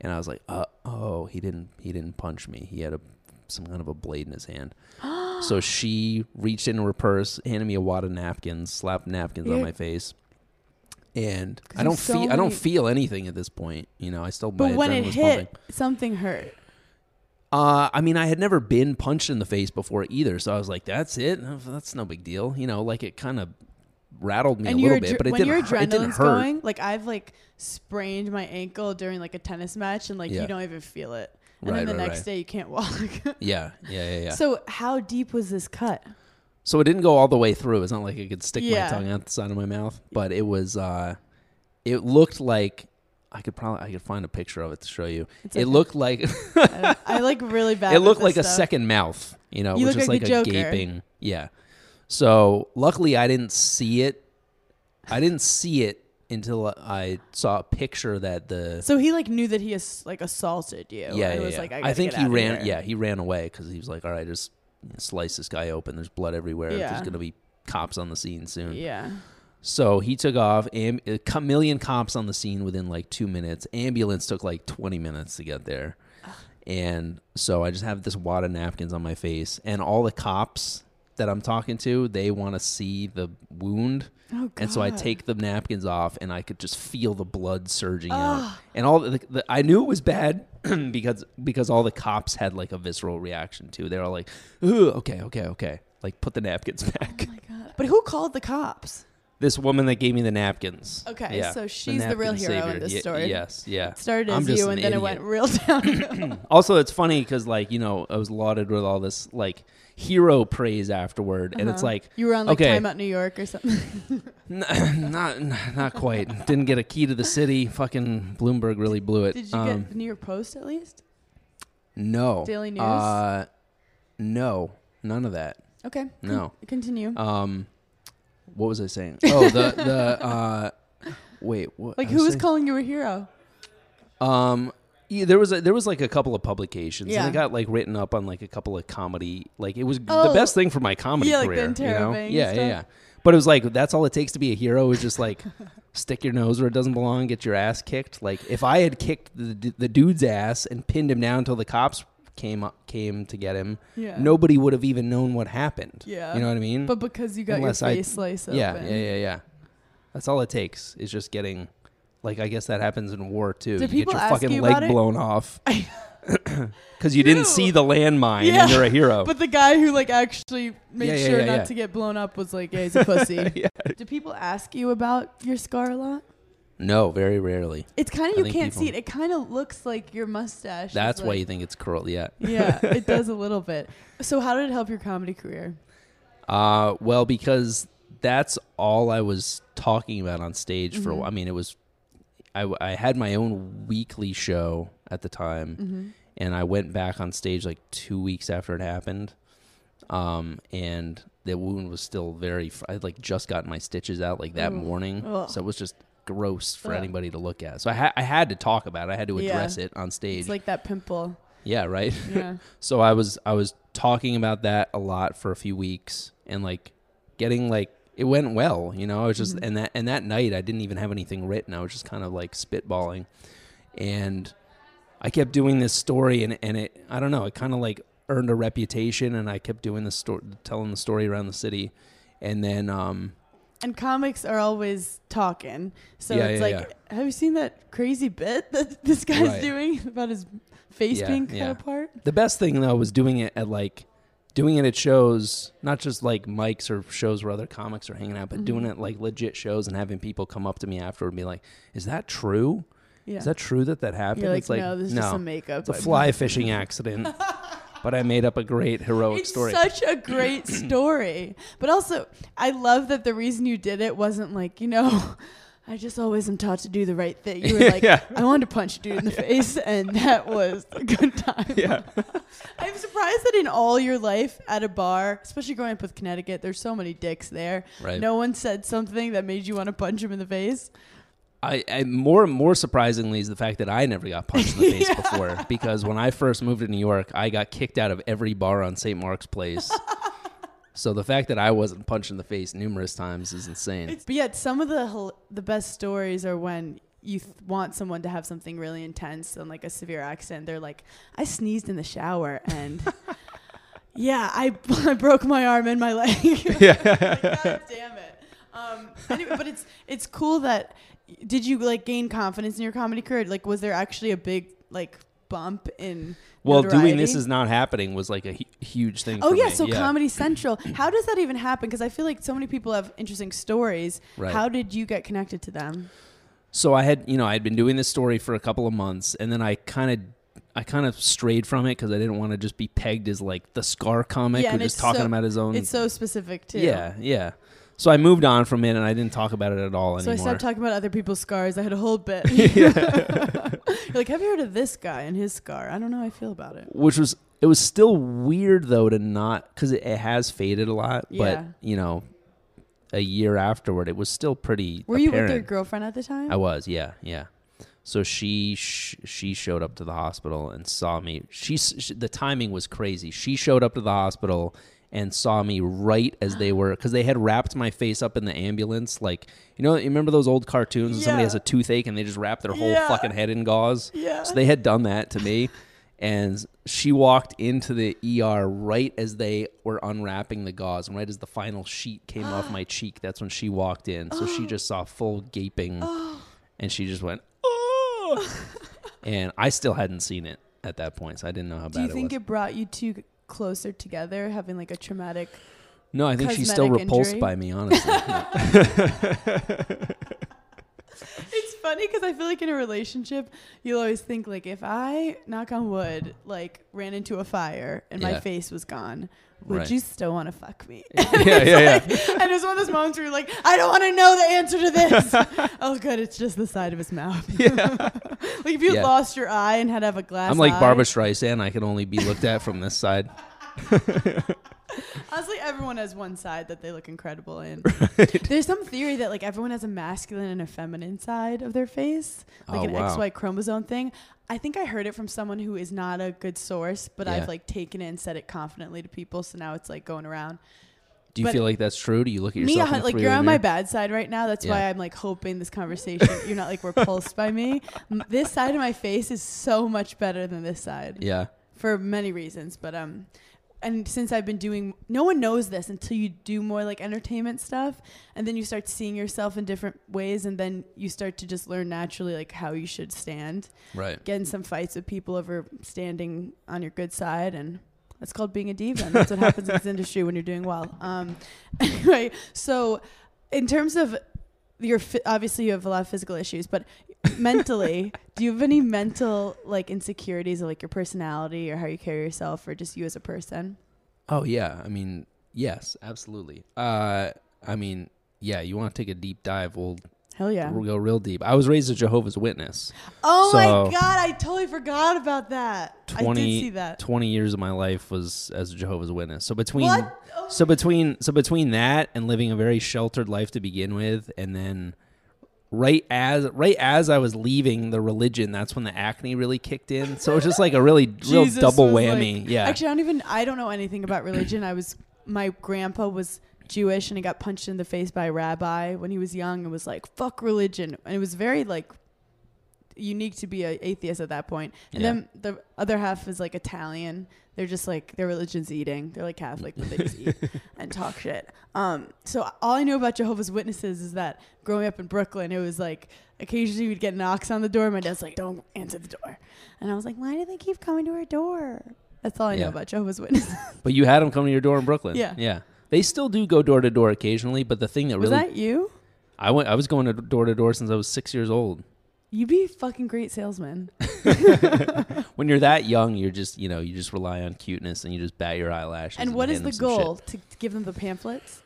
C: and I was like, "Uh oh, he didn't he didn't punch me. He had a some kind of a blade in his hand." so she reached into her purse, handed me a wad of napkins, slapped napkins on
B: Yeah.
C: my face. And
B: 'Cause
C: I don't
B: there's so
C: feel I don't
B: many-
C: feel anything at this point. You know, I still my
B: but when
C: adrenaline
B: it
C: was
B: hit,
C: pumping.
B: something hurt.
C: Uh, I mean, I had never been punched in the face before either, so I was like, "That's it. That's no big deal." You know, like it kind of rattled me
B: and
C: a little
B: your adre-
C: bit, but it
B: when
C: didn't.
B: your
C: hurt- it didn't
B: adrenaline's
C: hurt.
B: going, like I've like sprained my ankle during like a tennis match, and like
C: Yeah.
B: you don't even feel it. And then
C: Right,
B: the
C: right,
B: next
C: right.
B: day you can't walk. [laughs]
C: Yeah, yeah, yeah, yeah. So,
B: So how deep was this cut?
C: it didn't go all the way through. It's not like I could stick
B: Yeah.
C: my tongue out the side of my mouth, but it was. Uh, it looked like I could probably I could find a picture of it to show you.
B: It's
C: It
B: okay.
C: looked like
B: I, I like
C: [laughs]
B: really bad.
C: it
B: with
C: looked
B: this
C: like a
B: stuff.
C: second mouth, you know,
B: You
C: which
B: look
C: is
B: like
C: like
B: the
C: a
B: Joker.
C: gaping. Yeah. So luckily, I didn't see it. I didn't see it until I saw a picture that the
B: So he like knew that he ass- like assaulted you.
C: yeah,
B: and
C: yeah,
B: was
C: yeah.
B: like, I,
C: I,
B: gotta
C: think
B: get
C: he
B: out of
C: ran.
B: here.
C: Yeah, he ran away because he was like, "All right, just slice this guy open. There's blood everywhere. There's
B: Yeah.
C: gonna be cops on the scene soon."
B: Yeah.
C: So he took off. Am- a co- million cops on the scene within like two minutes. Ambulance took like 20 minutes to get there. And so I just have this wad of napkins on my face. And all the cops that I'm talking to, they want to see the wound.
B: Oh god.
C: And so I take the napkins off, and I could just feel the blood surging
B: Ah,
C: out. And all the, the I knew it was bad [clears throat] because because all the cops had like a visceral reaction too. They're all like, "Ooh, okay, okay, okay." Like put the napkins [laughs] back.
B: Oh my god. But who called the cops?
C: This woman that gave me the napkins.
B: Okay, so she's the real
C: napkin
B: hero in this
C: Ye-
B: story.
C: Yes, yeah.
B: It started
C: I'm
B: as
C: just
B: you, and
C: an
B: then it
C: idiot.
B: went real [laughs] down.
C: Also, it's funny because like you know, I was lauded with all this like hero praise afterward, and it's like
B: you were on like
C: okay.
B: Time Out New York or something.
C: n- [laughs] not n- not quite. Didn't get a key to the city. Fucking Bloomberg really blew it.
B: Did you
C: Um,
B: get the New York Post at least?
C: no
B: Daily News?
C: Uh, no, none of that.
B: Okay.
C: No.
B: Continue.
C: Um, what was I saying? Oh, the the uh, wait. What,
B: like
C: I
B: who was
C: saying-
B: calling you a hero?
C: Um, yeah, there was a, there was like a couple of publications,
B: Yeah.
C: and it got like written up on like a couple of comedy. Like it was
B: Oh.
C: the best thing for my comedy
B: Yeah, like
C: career.
B: Ben
C: you know?
B: Terabang and
C: Yeah, yeah,
B: stuff.
C: yeah. But it was like that's all it takes to be a hero is
B: [laughs]
C: just like stick your nose where it doesn't belong, get your ass kicked. Like if I had kicked the the dude's ass and pinned him down until the cops came up, came to get him,
B: Yeah.
C: nobody would have even known what happened.
B: Yeah.
C: you know what I mean?
B: But because you got
C: Unless
B: your
C: I-
B: face sliced
C: yeah,
B: open.
C: yeah, yeah, yeah. That's all it takes is just getting. Like I guess that happens in war too.
B: Do
C: you get
B: people
C: your
B: ask
C: fucking
B: you about
C: leg
B: it?
C: blown
B: [laughs]
C: off [laughs] because you didn't
B: True.
C: see the landmine
B: Yeah.
C: and you're a hero.
B: [laughs] But the guy who like actually made
C: Yeah, yeah,
B: sure
C: yeah,
B: not
C: yeah.
B: to get blown up was like, yeah, he's a pussy.
C: [laughs] Yeah.
B: [laughs] Do people ask you about your scar a lot?
C: no, very rarely.
B: It's kind
C: I
B: of you
C: think
B: can't see it.
C: people-
B: It kind of looks like your mustache. is,
C: That's why
B: like-
C: you think it's cruel. Yeah.
B: [laughs] yeah,
C: [laughs]
B: it does a little bit. So how did it help your comedy career?
C: Uh, well, because that's all I was talking about on stage for. a
B: Mm-hmm.
C: wh- I mean, it was. I, w- I had my own weekly show at the time,
B: Mm-hmm.
C: and I went back on stage like two weeks after it happened. Um, and the wound was still very. Fr- I had like just gotten my stitches out like that
B: Ooh.
C: morning,
B: Ugh.
C: so it was just gross for
B: Ugh.
C: anybody to look at. So I ha- I had to talk about it. I had to
B: Yeah.
C: address it on stage.
B: It's like that pimple.
C: yeah, right.
B: Yeah.
C: So I was I was talking about that a lot for a few weeks and like getting like it went well, you know. I was just and that and that night I didn't even have anything written. I was just kind of like spitballing and I kept doing this story and and it I don't know, it kind of like earned a reputation and I kept doing the story telling the story around the city and then um
B: And comics are always talking. So
C: Yeah,
B: it's
C: yeah,
B: like, have you seen that crazy bit [laughs] that this guy's
C: Right.
B: doing about his face
C: Yeah,
B: being cut
C: yeah.
B: apart?
C: The best thing though was doing it at like doing it at shows, not just like mics or shows where other comics are hanging out, but
B: Mm-hmm.
C: doing it at, like legit shows and having people come up to me afterward and be like, "Is that true?
B: Yeah.
C: Is that true that that happened?"
B: You're like,
C: it's like
B: no, this is just some makeup. [laughs]
C: it's a
B: I'm-
C: fly fishing accident. but I made up a great heroic
B: It's
C: story.
B: such a
C: [clears throat]
B: great story. But also, I love that the reason you did it wasn't like, you know, [laughs] I just always am taught to do the right thing. You were like,
C: [laughs] Yeah.
B: I wanted to punch a
C: [laughs]
B: dude in the face, and that was a good time.
C: [laughs] yeah.
B: I'm surprised that in all your life at a bar, especially growing up with Connecticut, there's so many dicks there.
C: Right.
B: No one said something that made you want to punch him in the face.
C: I, I more more surprisingly is the fact that I never got punched in
B: [laughs]
C: the face before because when I first moved to New York, I got kicked out of every bar on St.
B: [laughs]
C: Mark's Place. so the fact that I wasn't punched in the face numerous times is insane.
B: But yet, some of the hel- the best stories are when you th- want someone to have something really intense and like a severe accident. They're like, I sneezed in the shower
C: [laughs]
B: and. Yeah, I, [laughs] I broke my arm and my leg. [laughs] yeah. God damn it. Um, anyway, but it's it's cool that did you like gain confidence in your comedy career? Like, was there actually a big like bump in?
C: well, doing this
B: notoriety?
C: is not happening was like a hu- huge thing.
B: Oh
C: for
B: yeah,
C: me.
B: so Comedy Central. How does that even happen? Because I feel like so many people have interesting stories.
C: Right.
B: How did you get connected to them?
C: so I had you know I had been doing this story for a couple of months, and then I kind of I kind of strayed from it because I didn't want to just be pegged as like the scar comic
B: Yeah,
C: who
B: and
C: just
B: it's
C: talking
B: so-
C: about his own.
B: It's so specific too.
C: Um, yeah, yeah. So I moved on from it, and I didn't talk about it at all
B: So I
C: anymore.
B: stopped talking about other people's scars. I had a whole
C: [laughs]
B: bit. [laughs] You're like, have you heard of this guy and his scar? I don't know how I feel about it.
C: which was it was still weird though to not because it, it has faded a lot
B: Yeah.
C: but you know a year afterward it was still pretty
B: Were you with your
C: apparent.
B: girlfriend at the time?
C: i was yeah yeah so she sh- she showed up to the hospital and saw me she, s- sh the timing was crazy she showed up to the hospital and saw me right as they were because they had wrapped my face up in the ambulance like you know you remember those old cartoons when somebody
B: Yeah.
C: has a toothache and they just wrap their whole
B: Yeah.
C: fucking head in gauze
B: [laughs] yeah. [laughs]
C: so they had done that to me. And she walked into the ER right as they were unwrapping the gauze and right as the final sheet came
B: [gasps]
C: off my cheek. That's when she walked in. So she just saw full gaping
B: Oh.
C: and she just went, oh. and I still hadn't seen it at that point. So I didn't know how
B: Do
C: bad
B: you
C: it
B: think
C: was.
B: it, brought you two closer together, having like a traumatic?
C: no, I think she's still
B: cosmetic
C: repulsed
B: injury?
C: by
B: [laughs]
C: me, honestly. [laughs]
B: It's funny because I feel like in a relationship, you'll always think like, if I knock on wood, like ran into a fire and my
C: Yeah.
B: face was gone, would
C: Right.
B: you still want to fuck me?
C: yeah, yeah, yeah.
B: [laughs] and it's one of those moments where you're like, I don't want to know the answer to
C: [laughs]
B: this. oh, good, it's just the side of his mouth. [laughs] like if you
C: Yeah.
B: lost your eye and had to have a glass.
C: I'm like
B: eye,
C: Barbara Streisand. I can only be looked at from this side.
B: Honestly, everyone has one side that they look incredible in. There's some theory that like everyone has a masculine and a feminine side of their face, like
C: Oh,
B: an
C: wow.
B: XY chromosome thing. I think I heard it from someone who is not a good source, but
C: Yeah.
B: I've like taken it and said it confidently to people, so now it's like going around.
C: Do you
B: But-
C: feel like that's true? Do you look at
B: me
C: yourself?
B: uh,
C: in the
B: like you're
C: three-way
B: on my
C: mirror?
B: bad side right now that's why
C: Yeah.
B: i'm like hoping this conversation you're not like repulsed by me M- this side of my face is so much better than this side
C: Yeah.
B: for many reasons but um and since i've been doing no one knows this until you do more like entertainment stuff and then you start seeing yourself in different ways and then you start to just learn naturally like how you should stand
C: Right.
B: get in some fights with people over standing on your good side and that's called being a diva and that's what happens in this industry when you're doing well um, [laughs] anyway so in terms of your phy- obviously you have a lot of physical issues but mentally do you have any mental like insecurities of like your personality or how you carry yourself or just you as a person
C: Oh yeah, I mean yes, absolutely. Uh, I mean yeah, you want to take a deep dive? We'll
B: hell yeah
C: we'll go real deep. I was raised a Jehovah's Witness.
B: oh
C: So-
B: my god i totally forgot about that i did
C: Twenty
B: see that
C: twenty years of my life was as a Jehovah's Witness. So between
B: What? Oh
C: so between so between that and living a very sheltered life to begin with, and then right as right as I was leaving the religion, that's when the acne really kicked in. So it was just like a really real
B: Jesus
C: double
B: was
C: whammy.
B: like-
C: yeah.
B: Actually, I don't even. I don't know anything about religion. I was. My grandpa was Jewish, and he got punched in the face by a rabbi when he was young, and was like, "Fuck religion," and it was very like. unique to be a atheist at that point. And
C: Yeah.
B: then the other half is like Italian. They're just like their religion's eating. They're like Catholic, but they just
C: [laughs]
B: eat and talk shit. Um, so all I know about Jehovah's Witnesses is that growing up in Brooklyn, it was like occasionally we'd get knocks on the door. My dad's like, "Don't answer the door," and I was like, "Why do they keep coming to our door?" That's all I
C: Yeah.
B: know about Jehovah's
C: [laughs]
B: Witnesses.
C: But you had them come to your door in Brooklyn.
B: Yeah.
C: Yeah. They still do go door to door occasionally, but the thing that
B: Was
C: really
B: that you?
C: I went I was going to door to door since I was 6 years old.
B: You'd be a fucking great
C: [laughs]
B: salesman.
C: When you're that young, you're just, you know, you just rely on cuteness and you just bat your eyelashes.
B: and what is
C: hand
B: the
C: them some shit.
B: goal? To to give them the pamphlets?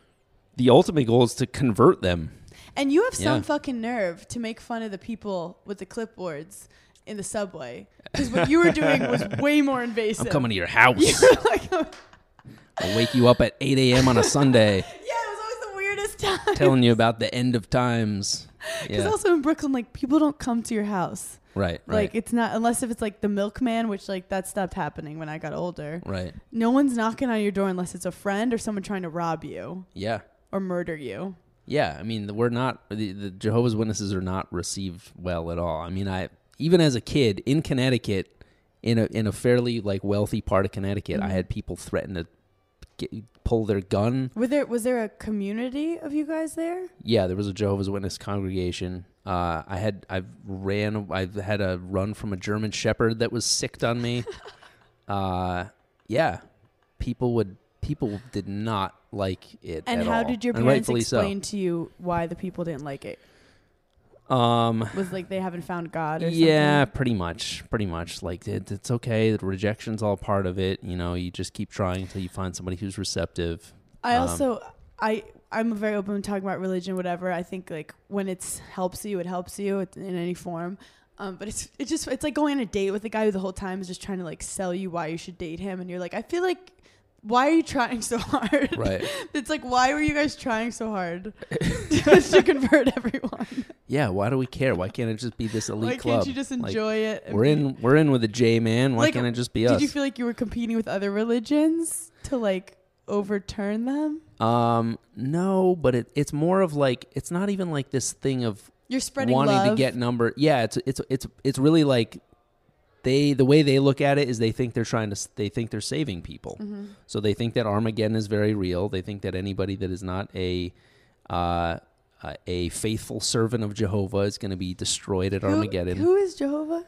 C: The ultimate goal is to convert them.
B: And you have some
C: Yeah.
B: fucking nerve to make fun of the people with the clipboards in the subway.
C: [laughs]
B: Because what you were doing was way more invasive.
C: I'm coming to your house.
B: You were [laughs] like, [laughs] yeah,
C: [laughs] I'll wake you up at 8 a.m. on a
B: [laughs]
C: Sunday
B: it was always the weirdest [laughs] time.
C: telling you about the end of times.
B: [laughs] Because
C: Yeah.
B: also in Brooklyn, like people don't come to your house.
C: Right,
B: Like
C: right.
B: it's not unless if it's like the milkman, which like that stopped happening when I got older.
C: right.
B: No one's knocking on your door unless it's a friend or someone trying to rob you
C: Yeah.
B: or murder you.
C: Yeah, I mean, we're not the, the Jehovah's Witnesses are not received well at all. I mean, I even as a kid in Connecticut, in a in a fairly like wealthy part of Connecticut,
B: Mm-hmm.
C: I had people threaten to get, pull their gun.
B: Were there was there a community of you guys there?
C: Yeah, there was a Jehovah's Witness congregation. Uh, I had I've ran I've had a run from a German Shepherd that was sicked on
B: [laughs]
C: me. uh, yeah, people would people did not like it.
B: And
C: at
B: how
C: all,
B: did your
C: and
B: parents
C: rightfully so.
B: explain to you why the people didn't like it?
C: Um,
B: Was like they haven't found God or
C: yeah
B: something?
C: pretty much pretty much like it, it's okay the rejection's all part of it you know you just keep trying until you find somebody who's receptive
B: I
C: Um,
B: also I I'm very open to talking about religion, whatever. I think like when it's helps you, it helps you it- in any form. Um, but it's it's just it's like going on a date with a guy who the whole time is just trying to like sell you why you should date him, and you're like, I feel like why are you trying so [laughs] hard?
C: right
B: it's like why were you guys trying so hard [laughs] to convert everyone?
C: [laughs] yeah why do we care why can't it just be this elite
B: Why
C: club
B: can't you just
C: Like,
B: enjoy it? and
C: we're
B: be-
C: in we're in with a j man why
B: Like,
C: can't it just be
B: Did
C: us
B: you feel like you were competing with other religions to like overturn them?
C: um no but it, it's more of like it's not even like this thing of
B: You're spreading
C: wanting
B: love.
C: to get number yeah it's it's it's it's really like they the way they look at it is they think they're trying to s- they think they're saving people
B: Mhm.
C: So they think that Armageddon is very real. They think that anybody that is not a uh, uh, a faithful servant of Jehovah is going to be destroyed at
B: Who-
C: Armageddon.
B: who is Jehovah?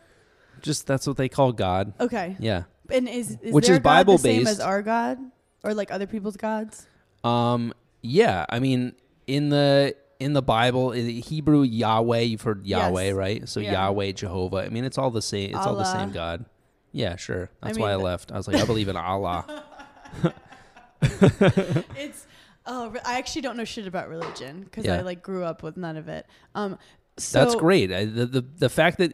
C: Just that's what they call God.
B: Okay,
C: Yeah.
B: and is, is
C: Which
B: their
C: is
B: God the same
C: Bible-based.
B: as our God or like other people's gods?
C: Um. Yeah. I mean, in the in the Bible, in the Hebrew Yahweh, you've heard Yahweh,
B: Yes.
C: right? So
B: Yeah.
C: Yahweh, Jehovah. I mean, it's all the same. It's all the
B: Allah.
C: same God. Yeah. Sure.
B: I
C: That's
B: mean,
C: why I
B: th-
C: left. I was like,
B: [laughs]
C: I believe in Allah.
B: It's oh, re- I actually don't know shit about religion because
C: Yeah.
B: I like grew up with none of it. Um, so
C: that's great. I, the, the the fact that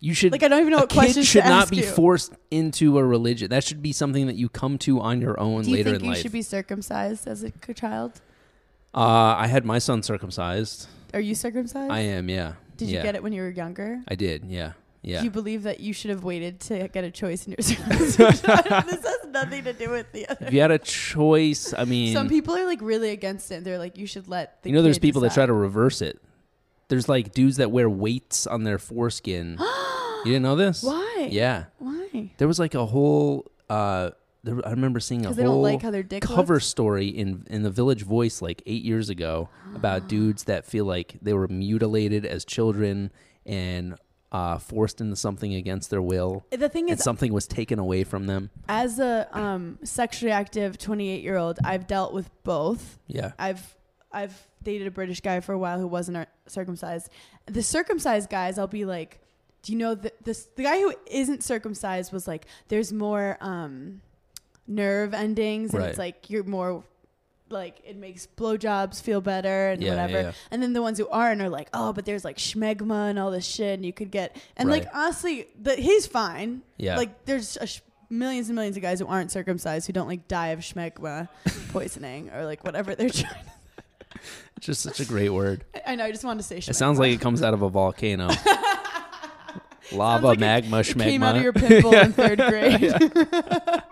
C: you should
B: Like I don't even know
C: a
B: what
C: kid
B: questions
C: should
B: to
C: not
B: ask
C: be
B: you.
C: forced into a religion. That should be something that you come to on your own
B: Do you
C: later
B: think
C: in
B: you
C: life.
B: should be circumcised as a c- child?
C: uh, I had my son circumcised.
B: Are you circumcised?
C: I am, yeah.
B: Did you get it when you were younger?
C: I did, yeah, yeah.
B: Do you believe that you should have waited to get a choice
C: [laughs]
B: in your circumcision? [laughs] this has nothing to do with the other.
C: if you had a choice, I mean,
B: Some people are like really against it. They're like, you should let the
C: you know, there's
B: kid
C: people that try
B: decide.
C: to reverse it. There's like dudes that wear weights on
B: [gasps]
C: their foreskin. you didn't know this?
B: Why?
C: Yeah,
B: Why?
C: there was like a whole. Uh, there, I remember seeing a whole.
B: Because they don't like how their dick
C: cover
B: looks?
C: story in in the Village Voice like eight years ago
B: [gasps]
C: about dudes that feel like they were mutilated as children and uh, forced into something against their will,
B: The thing
C: and
B: is,
C: something was taken away from them.
B: as a um, sexually active 28 year old, I've dealt with both.
C: Yeah,
B: I've I've dated a British guy for a while who wasn't ar- circumcised. The circumcised guys, I'll be like, do you know the this the guy who isn't circumcised was like, there's more um, nerve endings, and it's
C: Right.
B: like you're more like it makes blowjobs feel better and
C: Yeah,
B: whatever.
C: yeah.
B: And then the ones who aren't are like, oh, but there's like schmegma and all this shit, and you could get and
C: Right.
B: like honestly, the, he's fine.
C: yeah,
B: Like there's a sh- millions and millions of guys who aren't circumcised who don't like die of
C: [laughs]
B: schmegma poisoning or like whatever they're trying.
C: it's just such a great word.
B: I- I know. I just wanted to say. Schmegma.
C: It sounds like it comes out of
B: [laughs]
C: a volcano. Lava,
B: like it-
C: magma,
B: it came
C: schmegma.
B: out of your pimple
C: [laughs]
B: in third grade.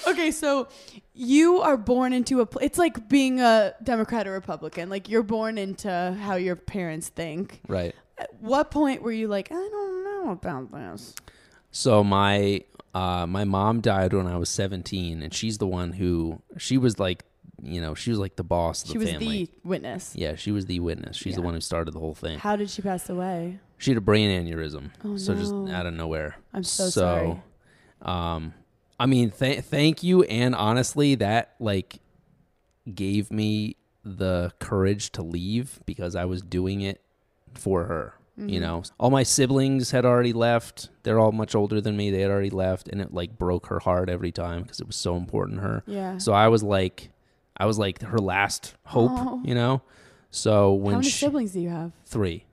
B: [laughs] okay, so you are born into a. Pl- it's like being a Democrat or Republican. Like you're born into how your parents think.
C: right.
B: At what point were you like, I don't know about this?
C: So my uh, my mom died when I was 17, and she's the one who she was like, you know, she was like the boss of the
B: She was
C: family.
B: the witness.
C: yeah, she was the witness. She's the
B: Yeah.
C: one who started the whole thing.
B: How did she pass away?
C: she had a brain aneurysm,
B: Oh,
C: so just
B: no.
C: out of nowhere.
B: I'm so sorry.
C: Um, I mean, th- thank you, and honestly, that like gave me the courage to leave because I was doing it for her.
B: Mm-hmm.
C: You know, all my siblings had already left. They're all much older than me. They had already left, and it like broke her heart every time because it was so important to her.
B: Yeah.
C: So I was like, I was like her last hope.
B: Oh.
C: You know, so
B: How
C: when
B: many
C: she,
B: siblings do you have?
C: three,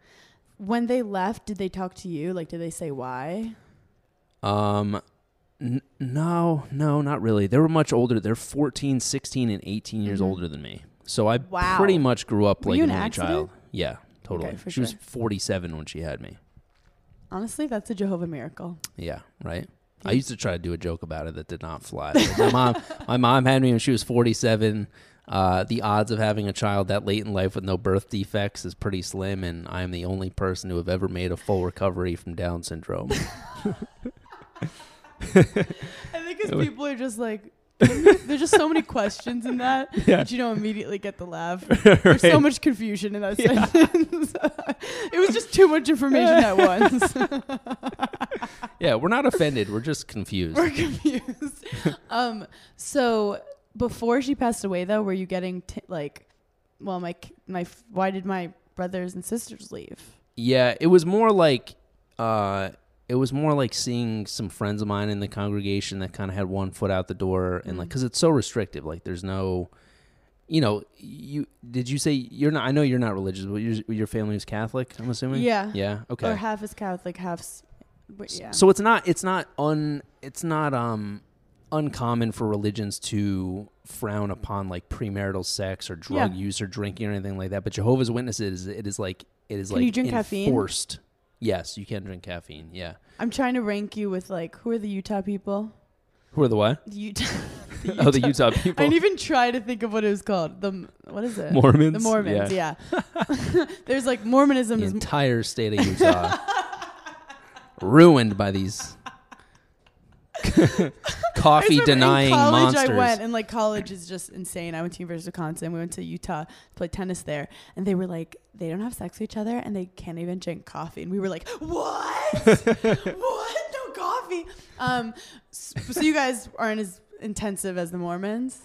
B: When they left, did they talk to you? Like, did they say why?
C: Um, n- no, no, not really. They were much older. They're 14, 16, and 18 years older than me. So I
B: Mm-hmm. Wow.
C: pretty much grew up
B: Were
C: like
B: you
C: an
B: in
C: only
B: an
C: child. Yeah, totally.
B: Okay, for
C: she was
B: sure.
C: 47 when she had me.
B: Honestly, that's a Jehovah miracle.
C: Yeah, right. I used to try to do a joke about it that did not fly. But
B: [laughs]
C: My mom, my mom had me when she was 47. Uh, the odds of having a child that late in life with no birth defects is pretty slim, and I am the only person who have ever made a full recovery from Down syndrome.
B: I think because people are just [laughs] like, there's just so many questions in
C: [laughs]
B: that that you don't immediately get the laugh. There's [laughs] so much confusion in
C: [laughs]
B: that sentence. [laughs] it was just too much information at once.
C: [laughs]
B: [laughs]
C: yeah, we're not offended. We're just confused.
B: We're confused. [laughs] um, so before she passed away, though, were you getting t- like, well, my k- my f- why did my brothers and sisters leave?
C: Yeah, it was more like uh it was more like seeing some friends of mine in the congregation that kind of had one foot out the door and
B: Mm.
C: like cuz it's so restrictive like there's no you know, you did you say you're not I know you're not religious, but your your family is Catholic, I'm assuming?
B: Yeah.
C: Yeah, okay.
B: Or half is Catholic, half's. But
C: S-
B: yeah.
C: So it's not it's not un it's not um uncommon for religions to frown upon like premarital sex or drug
B: Yeah.
C: use or drinking or anything like that. But Jehovah's Witnesses it is like it is
B: Can
C: like
B: you drink caffeine?
C: enforced. Yes, you can drink caffeine. Yeah.
B: I'm trying to rank you with like who are the Utah people?
C: Who are [laughs]
B: [laughs]
C: the what?
B: The Utah. the
C: Oh, the Utah
B: I
C: people.
B: didn't even try to think of what it was called. The m- what is it?
C: [laughs] Mormons.
B: The Mormons. Yeah.
C: [laughs]
B: [laughs] There's like Mormonism
C: The
B: is.
C: entire state
B: [laughs]
C: of Utah ruined by these
B: I just
C: coffee
B: remember in
C: denying
B: college
C: monsters.
B: I went and like college is just insane. I went to University of Wisconsin. We went to Utah to play tennis there, and they were like, they don't have sex with each other, and they can't even drink coffee. And we were like,
C: [laughs]
B: what? what? No coffee. Um, s- so you guys aren't as intensive as the Mormons.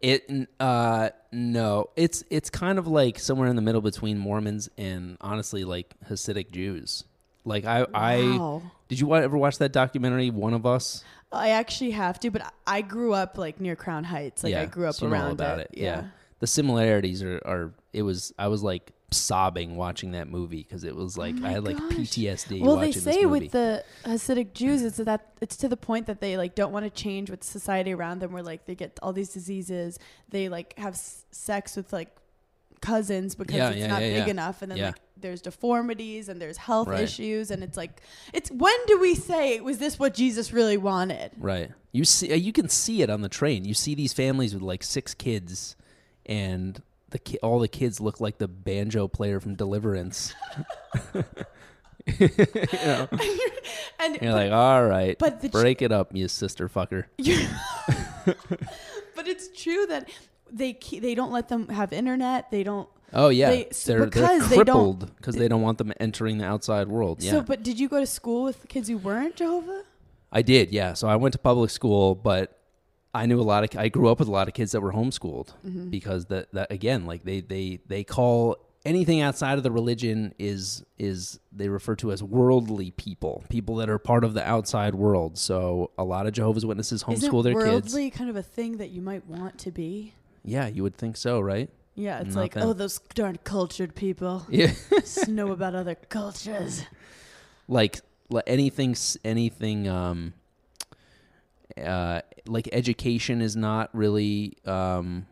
C: It n- uh no, it's it's kind of like somewhere in the middle between Mormons and honestly like Hasidic Jews. Like I I
B: Wow.
C: did you wa- ever watch that documentary One of Us?
B: I actually have to, but I- I grew up like near Crown Heights. Like I grew up
C: so you know all
B: around
C: about it. Yeah. the similarities are are it was I was like sobbing watching that movie because it was like I had like
B: Oh gosh.
C: PTSD.
B: Well, they
C: watching
B: say
C: this movie.
B: with the Hasidic Jews, it's that it's to the point that they like don't want to change with society around them, where like they get all these diseases. They like have s- sex with like cousins because
C: Yeah,
B: it's
C: yeah,
B: not
C: yeah,
B: big
C: yeah.
B: enough, and then
C: Yeah.
B: like there's deformities and there's health
C: Right.
B: issues, and it's like it's when do we say was this what Jesus really wanted?
C: Right. You see, uh, you can see it on the train. You see these families with like six kids, and the ki- all the kids look like the banjo player from Deliverance.
B: And
C: You're like, all right,
B: but the ch-
C: break it up, you sister fucker.
B: but it's true that they ke- they don't let them have internet. They don't.
C: Oh yeah,
B: They- s-
C: are
B: because they
C: they're
B: don't-
C: crippled because they don't want them entering the outside world. Yeah,
B: So, but did you go to school with kids who weren't Jehovah?
C: I did. Yeah, so I went to public school, but I knew a lot of. I grew up with a lot of kids that were homeschooled
B: Mm-hmm.
C: because that that again, like they they they call anything outside of the religion is is they refer to as worldly people, people that are part of the outside world. So a lot of Jehovah's Witnesses
B: Isn't
C: homeschool their kids.
B: worldly kind of a thing that you might want to be?
C: Yeah, you would think so, right? [laughs]
B: Yeah, it's
C: Not
B: like,
C: that.
B: oh, those darn cultured
C: [laughs]
B: people
C: Yeah,
B: just know about other cultures.
C: like li- anything s- anything um uh like education is not really um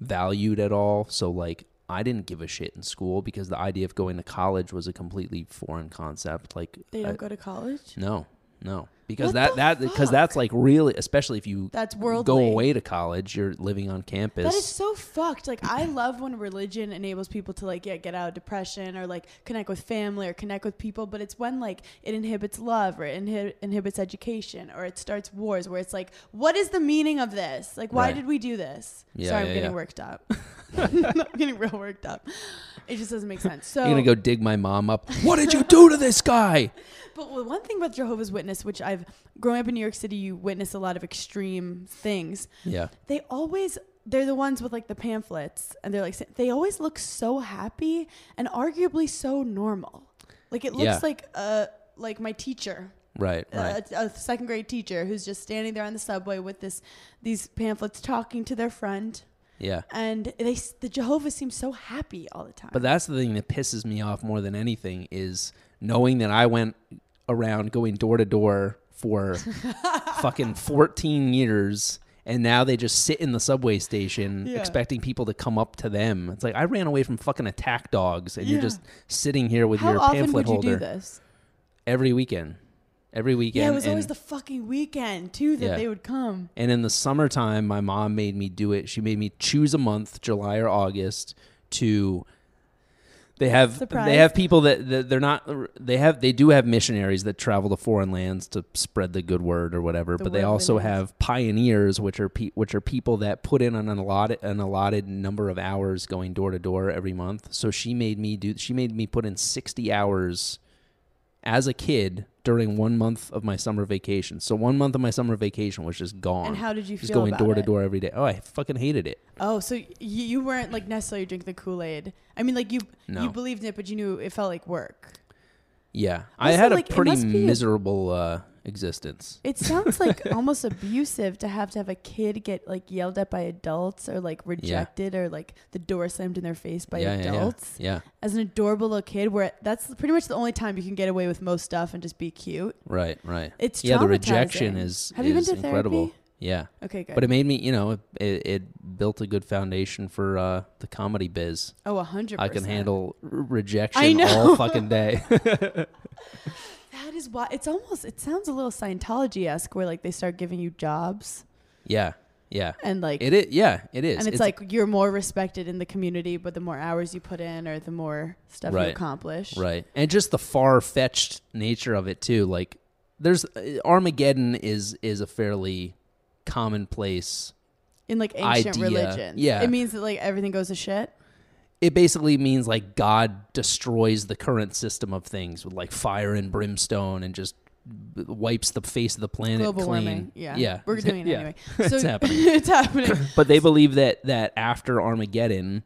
C: valued at all so like i didn't give a shit in school because the idea of going to college was a completely foreign concept like
B: They
C: I-
B: don't go to college?
C: no No, because
B: What
C: that
B: the
C: that because that's like really, especially if you
B: That's
C: go
B: worldly.
C: away to college, you're living on campus.
B: That is so fucked. Like
C: [clears throat]
B: I love when religion enables people to like yeah, get out of depression or like connect with family or connect with people, but it's when like it inhibits love or it inhi- inhibits education or it starts wars where it's like what is the meaning of this? Like why
C: Right.
B: did we do this?
C: Yeah,
B: Sorry, I'm
C: yeah,
B: getting
C: yeah.
B: worked up. [laughs] I'm getting real worked up. It just doesn't make sense. So
C: you're gonna go dig my mom up. What did you do to this
B: [laughs]
C: guy?
B: But w- one thing about Jehovah's Witness, which I've growing up in New York City, you witness a lot of extreme things.
C: Yeah,
B: They always they're the ones with like the pamphlets, and they're like sa- they always look so happy and arguably so normal. Like it looks
C: Yeah.
B: like uh like my teacher.
C: right, right.
B: uh, A, a second grade teacher who's just standing there on the subway with this these pamphlets talking to their friend
C: yeah.
B: and they s- the jehovah seems so happy all the time
C: But that's the thing that pisses me off more than anything is knowing that I went around going door to door
B: [laughs]
C: for fucking 14 years and now they just sit in the subway station
B: Yeah.
C: expecting people to come up to them. It's like I ran away from fucking attack dogs and you're
B: Yeah.
C: just sitting here with
B: how
C: your
B: often
C: pamphlet
B: would you
C: holder
B: do this
C: every weekend. Every weekend.
B: Yeah, it was always
C: and-
B: the fucking weekend too that
C: Yeah.
B: they would come.
C: And in the summertime, my mom made me do it. She made me choose a month, July or August, to. They have
B: Surprise.
C: they have people that, that they're not they have they do have missionaries that travel to foreign lands to spread the good word or whatever.
B: The
C: but they
B: word of the
C: also
B: land.
C: have pioneers, which are pe- which are people that put in an allotted an allotted number of hours going door to door every month. So she made me do she made me put in sixty hours as a kid during one month of my summer vacation. So one month of my summer vacation was just gone.
B: And how did you
C: Just
B: feel
C: going
B: about
C: door to
B: it?
C: door every day. Oh, I fucking hated it.
B: Oh, so y- you weren't like necessarily drinking the Kool Aid. I mean, like you
C: No.
B: you believed in it, but you knew it felt like work.
C: Yeah, I
B: Also,
C: had
B: like,
C: a
B: it
C: pretty
B: must be a-
C: miserable uh, existence.
B: It sounds [laughs] like almost abusive to have to have a kid get like yelled at by adults or like rejected or like the door slammed in their face by
C: yeah, yeah, yeah.
B: adults.
C: Yeah,
B: As an adorable little kid, where that's pretty much the only time you can get away with most stuff and just be cute.
C: right, right.
B: It's
C: yeah, the rejection
B: traumatizing.
C: is
B: Have you been
C: is
B: to
C: incredible.
B: therapy?
C: Yeah,
B: Okay, good.
C: but it made me. You know, it, it, it built a good foundation for uh, the comedy biz.
B: oh, a hundred.
C: I can handle r- rejection
B: I know.
C: all fucking day. [laughs]
B: That is why it's almost. It sounds a little Scientology esque, where like they start giving you jobs
C: yeah, yeah.
B: and like
C: It is. Yeah, it is.
B: and it's, like you're more respected in the community, but the more hours you put in or the more stuff
C: Right.
B: you accomplish.
C: Right. And just the far-fetched nature of it too. Like there's uh, Armageddon is is a fairly commonplace.
B: In like ancient
C: Idea.
B: religion.
C: Yeah.
B: It means that like everything goes to shit.
C: It basically means like God destroys the current system of things with like fire and brimstone and just b- wipes the face of the planet
B: Global
C: clean.
B: warming. Yeah.
C: Yeah.
B: We're doing it
C: [laughs] Yeah.
B: anyway.
C: It's
B: [laughs]
C: happening.
B: it's happening.
C: But they believe that that after Armageddon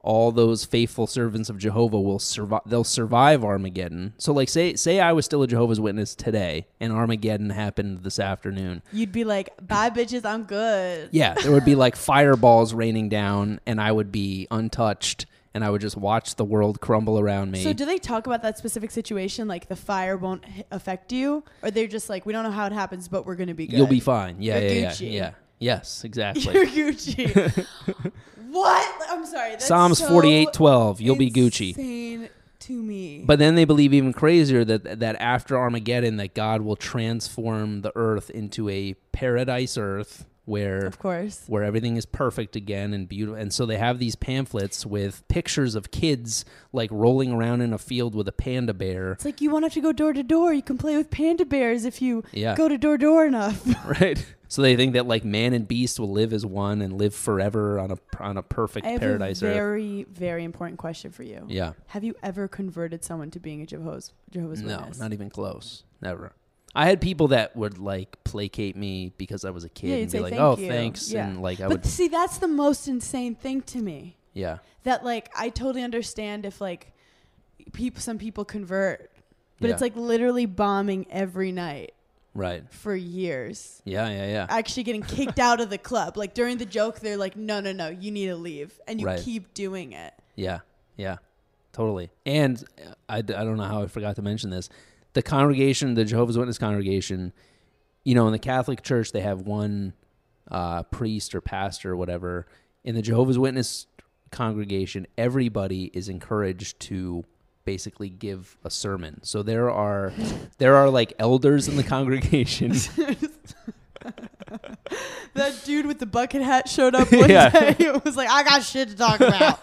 C: all those faithful servants of Jehovah will survive they'll survive Armageddon. So like say say I was still a Jehovah's Witness today and Armageddon happened this afternoon.
B: You'd be like, bye bitches, I'm good.
C: Yeah, there would be like [laughs] fireballs raining down, and I would be untouched, and I would just watch the world crumble around me.
B: So do they talk about that specific situation, like the fire won't h- affect you, or they're just like, we don't know how it happens, but we're gonna be good.
C: You'll
B: [laughs]
C: be fine. Yeah,
B: You're
C: yeah, yeah,
B: Gucci.
C: yeah. Yes,
B: [laughs] You're
C: exactly. [laughs]
B: Gucci. what? I'm sorry. That's
C: Psalms
B: so
C: forty-eight twelve. You'll be Gucci.
B: Insane to me.
C: But then they believe even crazier that that after Armageddon, that God will transform the earth into a paradise earth where
B: of course.
C: where everything is perfect again and beautiful. And so they have these pamphlets with pictures of kids like rolling around in a field with a panda bear.
B: It's like you won't have to go door to door. You can play with panda bears if you
C: Yeah.
B: go to door to door enough.
C: [laughs] right? So they think that like man and beast will live as one and live forever on a on a perfect
B: I have
C: paradise
B: a
C: earth.
B: very, very important question for you.
C: Yeah.
B: Have you ever converted someone to being a Jehovah's, Jehovah's
C: No,
B: Witness?
C: not even close. Never. I had people that would like placate me because I was a kid
B: Yeah, you'd
C: and be
B: say,
C: like,
B: "Thank
C: "Oh,
B: you."
C: thanks,"
B: Yeah.
C: and like I
B: but
C: would,
B: see, that's the most insane thing to me.
C: yeah,
B: That like I totally understand if like people, some people convert, but it's
C: Yeah.
B: like literally bombing every night
C: right,
B: for years.
C: yeah, yeah, yeah,
B: actually getting
C: [laughs]
B: kicked out of the club. Like during the joke, they're like, no, no, no, you need to leave. And you
C: Right.
B: keep doing it.
C: yeah, yeah, totally. And uh, I, d- I don't know how I forgot to mention this. The congregation, the Jehovah's Witness congregation, you know, in the Catholic Church, they have one uh, priest or pastor or whatever. In the Jehovah's Witness congregation, everybody is encouraged to basically give a sermon. So there are there are like elders in the [laughs] congregation.
B: That dude with the bucket hat showed
C: [laughs]
B: up one
C: Yeah.
B: day. It was like, I got shit to talk
C: [laughs]
B: about.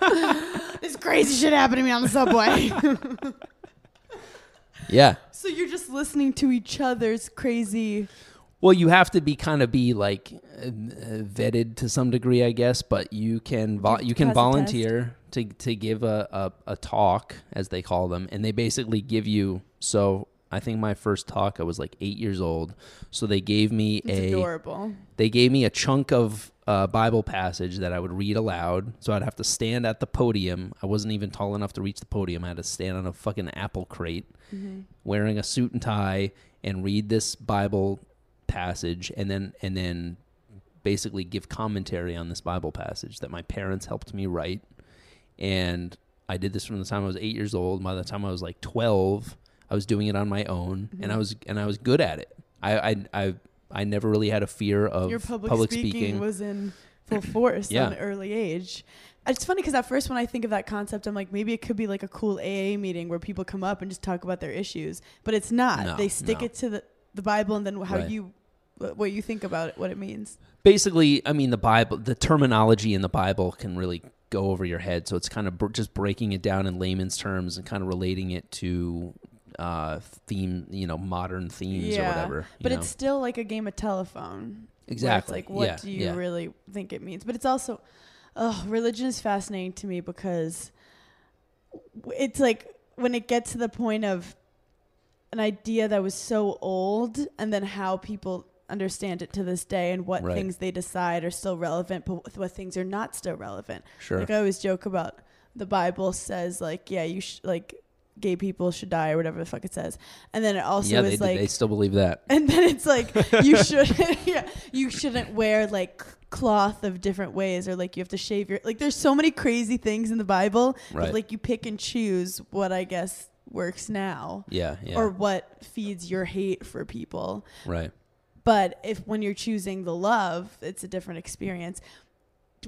B: this crazy shit happened to me on the subway.
C: yeah.
B: so you're just listening to each other's crazy.
C: Well, you have to be kind of be like uh, uh, vetted to some degree, I guess, but you can vo-
B: you
C: you can
B: pass a test?
C: volunteer to to give a, a a talk as they call them, and they basically give you. So I think my first talk, I was like eight years old, so they gave me
B: It's
C: a
B: adorable.
C: they gave me a chunk of uh, Bible passage that I would read aloud. So I'd have to stand at the podium. I wasn't even tall enough to reach the podium. I had to stand on a fucking apple crate wearing a suit and tie and read this Bible passage and then and then basically give commentary on this Bible passage that my parents helped me write. And I did this from the time I was 8 years old. By the time I was like 12, I was doing it on my own
B: Mm-hmm.
C: and I was and I was good at it. I I I, I never really had a fear of
B: Your
C: public,
B: public,
C: speaking.
B: speaking, was in full force
C: Yeah.
B: at an early age. It's funny because at first, when I think of that concept, I'm like, maybe it could be like a cool AA meeting where people come up and just talk about their issues. But it's not.
C: No,
B: they stick
C: no.
B: it to the, the Bible and then how
C: Right.
B: you, wh- what you think about it, what it means.
C: basically, I mean, the Bible, the terminology in the Bible can really go over your head. So it's kind of br- just breaking it down in layman's terms and kind of relating it to uh theme, you know, modern themes or whatever. you
B: But
C: know?
B: it's still like a game of telephone. where
C: exactly
B: it's like, what
C: yeah,
B: do you
C: yeah.
B: really think it means? But it's also, oh, religion is fascinating to me because w- it's like when it gets to the point of an idea that was so old and then how people understand it to this day and what
C: Right.
B: things they decide are still relevant, but what- what things are not still relevant.
C: sure.
B: Like I always joke about the Bible says like, yeah, you sh- like gay people should die or whatever the fuck it says. And then it also
C: yeah,
B: is
C: they,
B: like
C: they still believe that.
B: and then it's like
C: [laughs]
B: you should [laughs] yeah, you shouldn't wear like c- cloth of different ways or like you have to shave your like there's so many crazy things in the Bible
C: Right.
B: but like you pick and choose what I guess works now
C: Yeah, yeah.
B: or what feeds your hate for people
C: right.
B: but if when you're choosing the love it's a different experience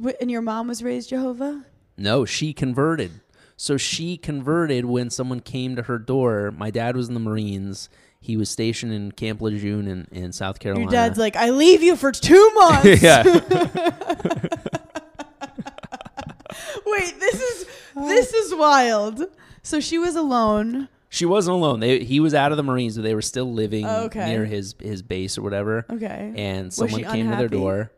B: Wh- and your mom was raised Jehovah
C: No, she converted. So she converted when someone came to her door. My dad was in the Marines. He was stationed in Camp Lejeune in, in South Carolina.
B: your
C: [laughs]
B: dad's like I leave you for 2 months [laughs]
C: yeah.
B: wait this is
C: Uh.
B: this is wild so she was alone
C: She wasn't alone. They, he was out of the Marines, but they were still living
B: Oh, okay.
C: near his his base or whatever.
B: okay
C: And
B: she
C: someone came to their
B: unhappy?
C: door.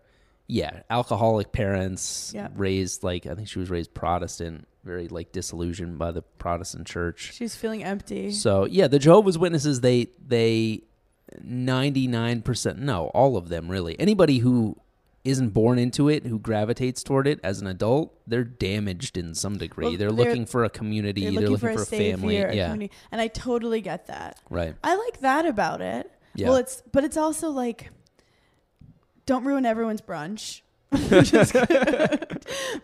C: Yeah, alcoholic parents
B: Yep.
C: raised like I think she was raised Protestant, very like disillusioned by the Protestant church.
B: She's feeling empty.
C: So yeah, the Jehovah's Witnesses they they ninety nine percent no, all of them really. Anybody who isn't born into it, who gravitates toward it as an adult, they're damaged in some degree.
B: Well,
C: they're,
B: they're-
C: looking for a community.
B: You're
C: They're
B: looking, for a,
C: family.
B: savior, a
C: yeah,
B: community. And I totally get that.
C: right.
B: I like that about it.
C: Yeah.
B: Well, it's but it's also like don't ruin everyone's brunch. [laughs] Just kidding.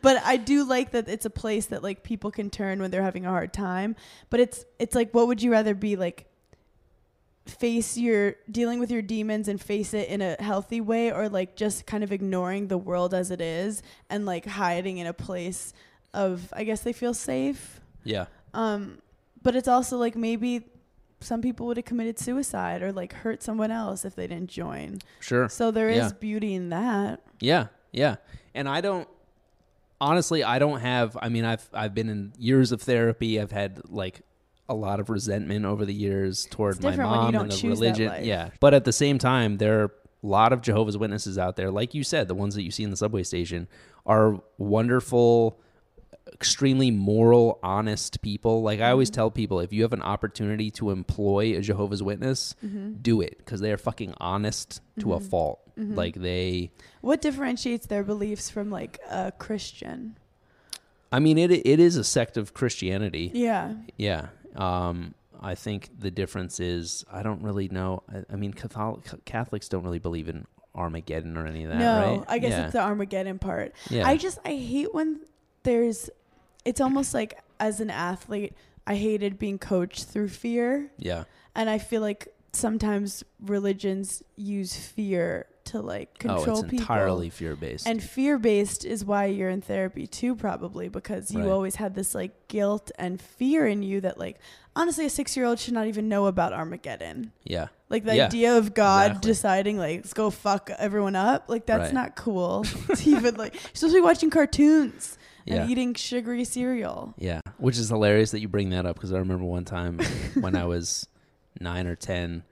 B: but I do like that it's a place that like people can turn when they're having a hard time. But it's it's like what would you rather be like face your dealing with your demons and face it in a healthy way or like just kind of ignoring the world as it is and like hiding in a place of I guess they feel safe.
C: Yeah.
B: Um, but it's also like maybe some people would have committed suicide or like hurt someone else if they didn't join.
C: Sure.
B: So there is
C: Yeah.
B: beauty in that.
C: Yeah, yeah. And I don't honestly I don't have I mean I've I've been in years of therapy. I've had like a lot of resentment over the years toward my
B: different when you
C: mom
B: don't
C: and the
B: choose that
C: religion.
B: life.
C: Yeah. But at the same time there are a lot of Jehovah's Witnesses out there, like you said, the ones that you see in the subway station are wonderful extremely moral, honest people. Like I
B: Mm-hmm.
C: always tell people, if you have an opportunity to employ a Jehovah's Witness,
B: Mm-hmm.
C: do it because they are fucking honest to a fault.
B: Mm-hmm.
C: Like they,
B: What differentiates their beliefs from like a Christian?
C: I mean, it it is a sect of Christianity.
B: Yeah.
C: Yeah. Um, I think the difference is I don't really know. I, I mean, Catholic, Catholics don't really believe in Armageddon or any of that,
B: no,
C: right?
B: I guess
C: yeah.
B: it's the Armageddon part.
C: yeah.
B: I just I hate when there's it's almost like as an athlete, I hated being coached through fear.
C: yeah. Oh,
B: And I feel like sometimes religions use fear to to like
C: Oh,
B: control
C: it's
B: people.
C: entirely fear based.
B: And fear based is why you're in therapy too, probably, because you
C: Right.
B: always had this like guilt and fear in you that, like, honestly, a six year old should not even know about Armageddon.
C: yeah.
B: Like, the
C: Yeah,
B: idea of God
C: exactly.
B: deciding, like, let's go fuck everyone up, like, that's
C: Right.
B: not
C: [laughs]
B: cool. [laughs] to even, like, you're supposed to be watching cartoons
C: Yeah.
B: and eating sugary cereal.
C: Yeah, which is hilarious that you bring that up because I remember one time when I was nine or ten,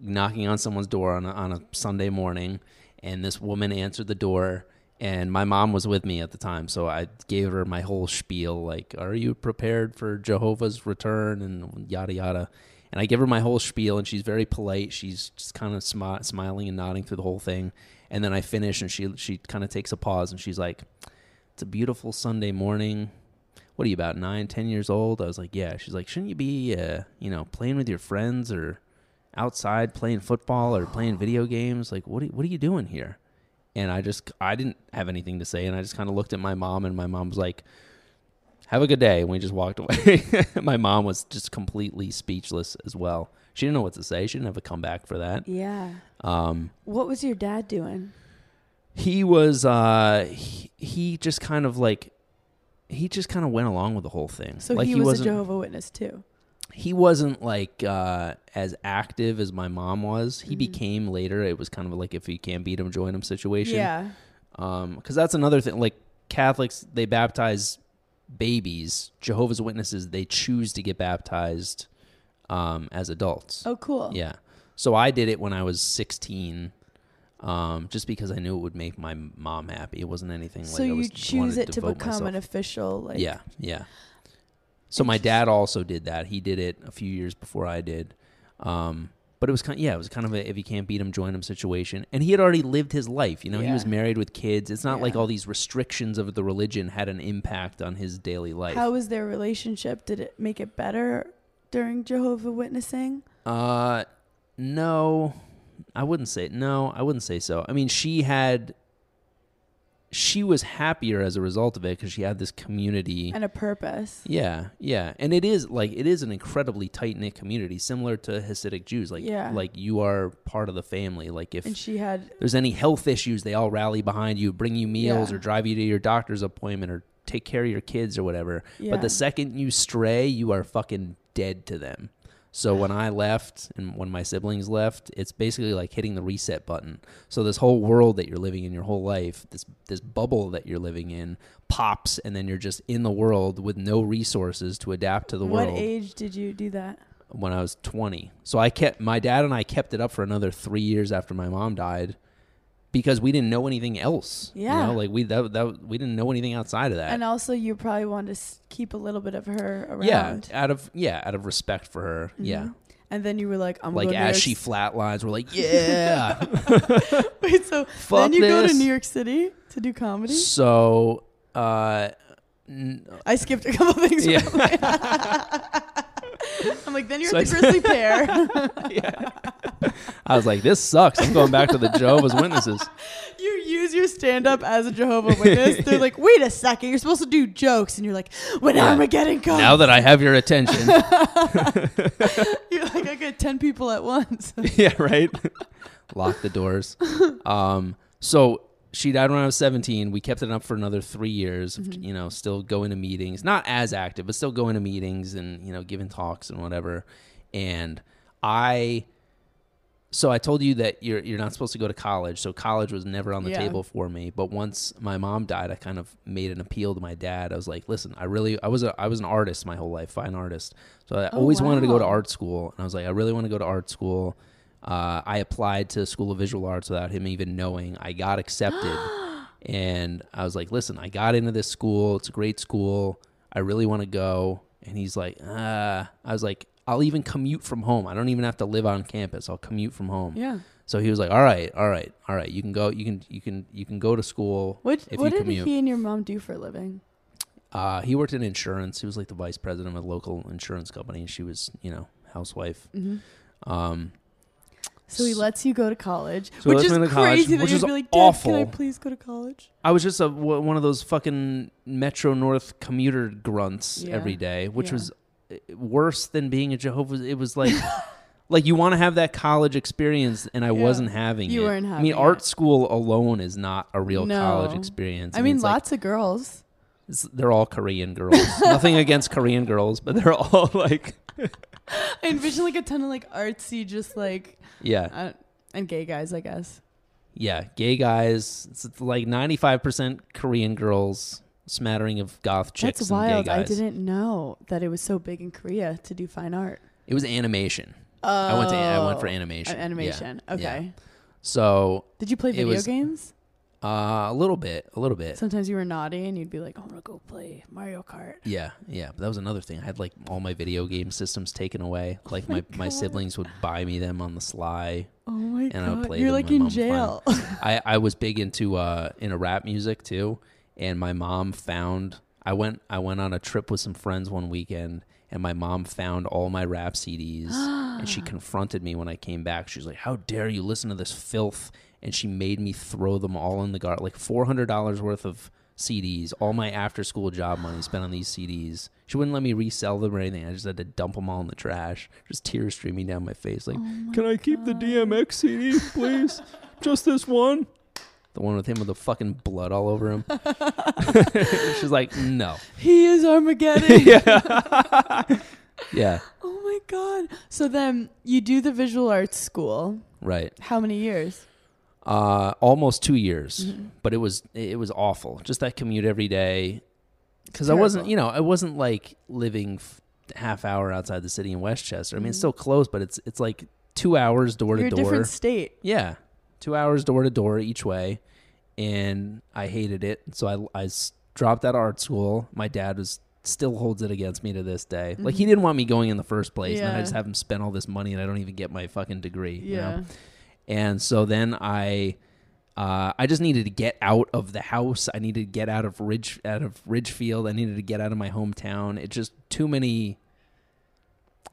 C: knocking on someone's door on a, on a Sunday morning, and this woman answered the door, and my mom was with me at the time, so I gave her my whole spiel like, "Are you prepared for Jehovah's return?" and yada yada. And I give her my whole spiel, and she's very polite. She's just kind of smi- smiling and nodding through the whole thing. And then I finish, and she she kind of takes a pause, and she's like, "It's a beautiful Sunday morning what are you about nine ten years old i was like yeah she's like shouldn't you be uh, you know playing with your friends or outside playing football or playing video games like what are, what are you doing here and i just i didn't have anything to say and i just kind of looked at my mom and my mom was like have a good day and we just walked [laughs] away my mom was just completely speechless as well she didn't know what to say she didn't have a comeback for that
B: Yeah.
C: um,
B: What was your dad doing?
C: he was uh he, he just kind of like he just kind of went along with the whole thing
B: So
C: like
B: he, was a
C: wasn't-
B: Jehovah Witness too.
C: he wasn't like uh, as active as my mom was.
B: Mm-hmm.
C: He became later. It was kind of like if you can't beat him, join him situation.
B: Yeah.
C: Because that's another thing. Like Catholics, they baptize babies. Jehovah's Witnesses, they choose to get baptized um, as adults.
B: Oh, cool.
C: Yeah. So I did it when I was 16, um, just because I knew it would make my mom happy. It wasn't anything
B: So
C: like I
B: you
C: was,
B: choose
C: wanted
B: it to
C: devote
B: become
C: myself
B: an official, like,
C: yeah, yeah. So my dad also did that. He did it a few years before I did. Um, but it was kind, yeah, it was kind of a if you can't beat him, join him situation. And he had already lived his life. You know, he was
B: Yeah.
C: married with kids. It's not like
B: Yeah.
C: all these restrictions of the religion had an impact on his daily life.
B: How was their relationship? Did it make it better during Jehovah Witnessing?
C: Uh, no, I wouldn't say no. I wouldn't say so. I mean, she had. She was happier as a result of it because she had this community
B: And a purpose.
C: Yeah, yeah, and it is like it is an incredibly tight knit community, similar to Hasidic Jews. Like,
B: Yeah.
C: like you are part of the family. Like if
B: And she had
C: there's any health issues, they all rally behind you, bring you meals,
B: Yeah.
C: or drive you to your doctor's appointment, or take care of your kids or whatever.
B: Yeah.
C: But the second you stray, you are fucking dead to them. So when I left and when my siblings left, it's basically like hitting the reset button. So this whole world that you're living in your whole life, this this bubble that you're living in pops and then you're just in the world with no resources to adapt to the
B: what
C: world
B: age did you do that?
C: when I was 20. So I kept my dad and I kept it up for another 3 years after my mom died because we didn't know anything else.
B: Yeah.
C: You know, like we that, that we didn't know anything outside of that.
B: and also, you probably wanted to s- keep a little bit of her around.
C: yeah, out of yeah, out of respect for her. Yeah.
B: Mhm. And then you were like, I'm
C: Like
B: going
C: as
B: to
C: she flatlines,
B: [laughs]
C: we're like, "Yeah."
B: Wait, so
C: Fuck
B: then you go to
C: this.
B: New York City to do comedy?
C: so, uh n-
B: I skipped a couple [laughs] things.
C: Yeah.
B: probably. I'm like, then you're
C: So
B: at the
C: [laughs]
B: Grizzly Bear.
C: yeah. I was like, this sucks. I'm going back to the Jehovah's Witnesses.
B: you use your stand up as a Jehovah Witness. They're like, wait a second, you're supposed to do jokes, and you're like, when
C: Yeah.
B: Armageddon comes,
C: Now that I have your attention.
B: [laughs] you're like, I get ten people at once. [laughs]
C: [laughs] yeah, right? Lock the doors. Um, so she died when I was 17. We kept it up for another three years, of you know, still going to meetings, not as active, but still going to meetings and, you know, giving talks and whatever. And I. So I told you that you're you're not supposed to go to college. So college was never on the
B: Yeah.
C: table for me. But once my mom died, I kind of made an appeal to my dad. I was like, "Listen, I really I was a I was an artist my whole life, fine artist. So I
B: Oh,
C: always wanted to go to
B: wow.
C: art school, and I was like, I really want to go to art school. Uh, I applied to School of Visual Arts without him even knowing. I
B: [gasps]
C: got accepted, and I was like, "Listen, I got into this school. It's a great school. I really want to go." And he's like, "Ah." I was like, "I'll even commute from home. I don't even have to live on campus. I'll commute from home."
B: yeah.
C: So he was like, "All right, all right, all right. You can go. You can you can you can go to school
B: What
C: if
B: What
C: you
B: did
C: commute."
B: he and your mom do for a living?
C: Uh, he worked in insurance. He was like the vice president of a local insurance company, and she was, you know, housewife.
B: Mm-hmm.
C: Um,
B: So he lets you go to college,
C: So he
B: which
C: lets
B: is crazy
C: me to college,
B: that
C: which
B: you'd
C: is
B: be like, Dad, can I
C: awful."
B: please go to college?
C: I was just a w- one of those fucking Metro North commuter grunts
B: Yeah.
C: every day, which eh,
B: Yeah.
C: was was uh, worse than being a Jehovah's. It was like. [laughs] Like you want to have that college experience, and I wasn't having
B: You
C: it.
B: weren't
C: I mean,
B: having
C: art
B: it.
C: school alone is not a real college
B: No.
C: experience.
B: I mean,
C: it's like-
B: lots of girls.
C: it's- they're all Korean girls. Nothing against Korean girls, but they're all [laughs] like,
B: [laughs] I envision like a ton of like artsy, just like
C: yeah,
B: uh, and gay guys, I guess.
C: yeah, gay guys. It's like ninety-five percent Korean girls, smattering of goth chicks
B: That's
C: and
B: wild.
C: gay
B: I
C: guys.
B: didn't know that it was so big in Korea to do fine art.
C: It was animation. I went to I went for
B: Oh,
C: animation.
B: Uh,
C: Yeah.
B: animation.
C: Yeah.
B: Okay.
C: So
B: Did you play
C: It
B: video
C: was-
B: games?
C: uh, a little bit, a little bit.
B: Sometimes you were naughty and you'd be like, I want to go play Mario Kart.
C: Yeah, yeah. But that was another thing. I had like all my video game systems taken away.
B: [laughs]
C: Like my, my
B: Oh God.
C: siblings would buy me them on the sly.
B: Oh my
C: And I would
B: god.
C: play
B: You're
C: them.
B: like
C: My mom
B: in
C: would find
B: jail. [laughs]
C: I, I was big into uh into rap music too, and my mom found I went I went on a trip with some friends one weekend, and my mom found all my rap CDs, and she confronted me when I came back. She was like, "How dare you listen to this filth?" And she made me throw them all in the garbage, like four hundred dollars worth of CDs, all my after school job money spent on these CDs. She wouldn't let me resell them or anything. I just had to dump them all in the trash. Just tears streaming down my face. Like, can I keep the DMX CD, please? Just this one? The one with him with the fucking blood all over
B: [laughs]
C: him. She's like, no.
B: he is Armageddon.
C: [laughs] yeah. yeah.
B: [laughs] Oh my god. So then you do the visual arts school.
C: Right.
B: How many years?
C: Uh, almost two years,
B: Mm-hmm.
C: but it was it was awful. Just that commute every day, because I wasn't
B: terrible.
C: you know I wasn't like living f- half hour outside the city in Westchester. I mean, it's
B: Mhm.
C: still close, but it's it's like two hours door
B: You're
C: to
B: a
C: door.
B: different state.
C: Yeah, two hours door to door each way, and I hated it. So I I s- dropped out of art school. My dad was still holds it against me to this day. Like he didn't want me going in the first place, and then I
B: Mm-hmm. Yeah.
C: just have him spend all this money, and I don't even get my fucking degree. you know?
B: Yeah.
C: And so then I uh, I just needed to get out of the house. I needed to get out of Ridge out of Ridgefield. I needed to get out of my hometown. It just too many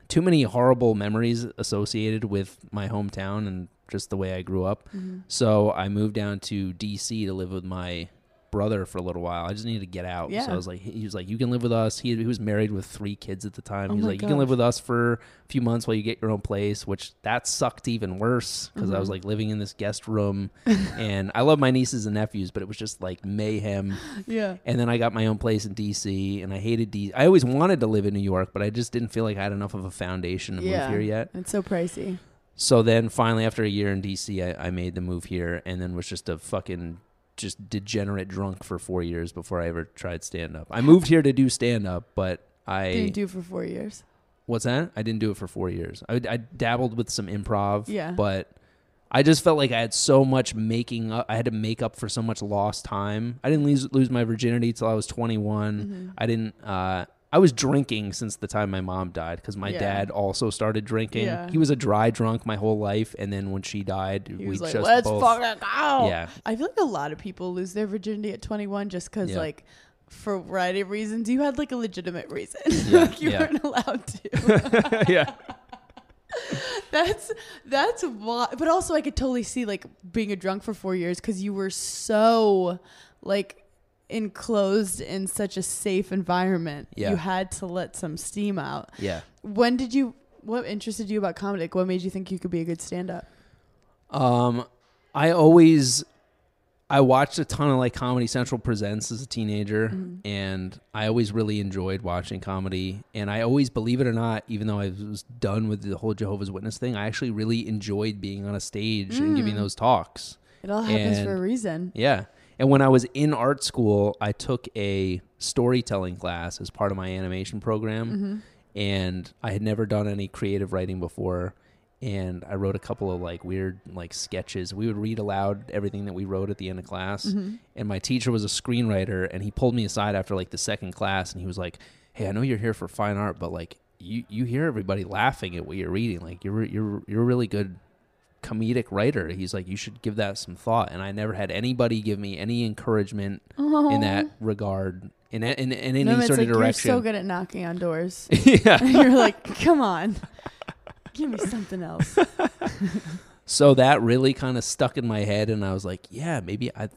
C: too many horrible memories associated with my hometown and just the way I grew up. So I moved down to DC to live with my brother for a little while. I just needed to get out. So
B: Yeah.
C: I was like, he was like, you can live with us. He, he was married with three kids at the time.
B: Oh
C: he was
B: my
C: like, you can live
B: gosh.
C: with us for a few months while you get your own place, which that sucked even worse because
B: Mm-hmm.
C: I was like living in this
B: [laughs]
C: guest room. and I love my nieces and nephews, but it was just like mayhem.
B: Yeah.
C: And then I got my own place in DC and I hated DC. I always wanted to live in New York, but I just didn't feel like I had enough of a foundation to
B: Yeah.
C: move here yet.
B: It's so pricey.
C: So then finally, after a year in DC, I, I made the move here and then was just a fucking just degenerate drunk for four years before I ever tried stand up. I moved here to do stand up, but I.
B: Did you do for four years?
C: what's that? I didn't do it for four years. I, I dabbled with some improv,
B: Yeah.
C: but I just felt like I had so much making up. I had to make up for so much lost time. I didn't lose, lose my virginity till I was
B: Mm-hmm.
C: 21. I didn't. Uh, I was drinking since the time my mom died because my
B: Yeah.
C: dad also started drinking.
B: Yeah.
C: He was a dry drunk my whole life, and then when she died,
B: He
C: we
B: was like,
C: just
B: let's
C: both.
B: fucking go.
C: Yeah. [laughs]
B: I feel like a lot of people lose their virginity at 21 just because,
C: Yeah.
B: like, for a variety of reasons, you had like a legitimate reason. [laughs]
C: Yeah,
B: like you
C: yeah.
B: weren't allowed to. [laughs]
C: [laughs] yeah,
B: that's that's why. But also, I could totally see like being a drunk for four years because you were so like enclosed in such a safe environment.
C: Yeah.
B: You had to let some steam out.
C: yeah.
B: When did you? What interested you about comedy? Like, what made you think you could be a good stand-up?
C: Um, I always I watched a ton of like Comedy Central presents as a teenager,
B: Mm-hmm.
C: and I always really enjoyed watching comedy. And I always, believe it or not, even though I was done with the whole Jehovah's Witness thing, I actually really enjoyed being on a stage and giving
B: Mm.
C: those talks.
B: It all happens for
C: And-
B: a reason.
C: Yeah. And when I was in art school, I took a storytelling class as part of my animation program. And I had never done any creative writing before. And I wrote a couple of like weird like sketches. We would read aloud everything that we wrote at the end of class. And my teacher was a screenwriter and he pulled me aside after like the second class and he was like, Hey, I know you're here for fine art, but like you, you hear everybody laughing at what you're reading. Like you're you're you're a really good comedic writer. He's like, you should give that some thought. And I never had anybody give me any encouragement in
B: [laughs]
C: that regard, in a- in, in,
B: No,
C: any
B: it's
C: sort of
B: like
C: direction.
B: You're so good at knocking on doors.
C: [laughs]
B: [laughs]
C: yeah.
B: you're like, come on, give me something
C: [laughs]
B: else.
C: So that really kind of stuck in my head, and I was like, yeah, maybe I.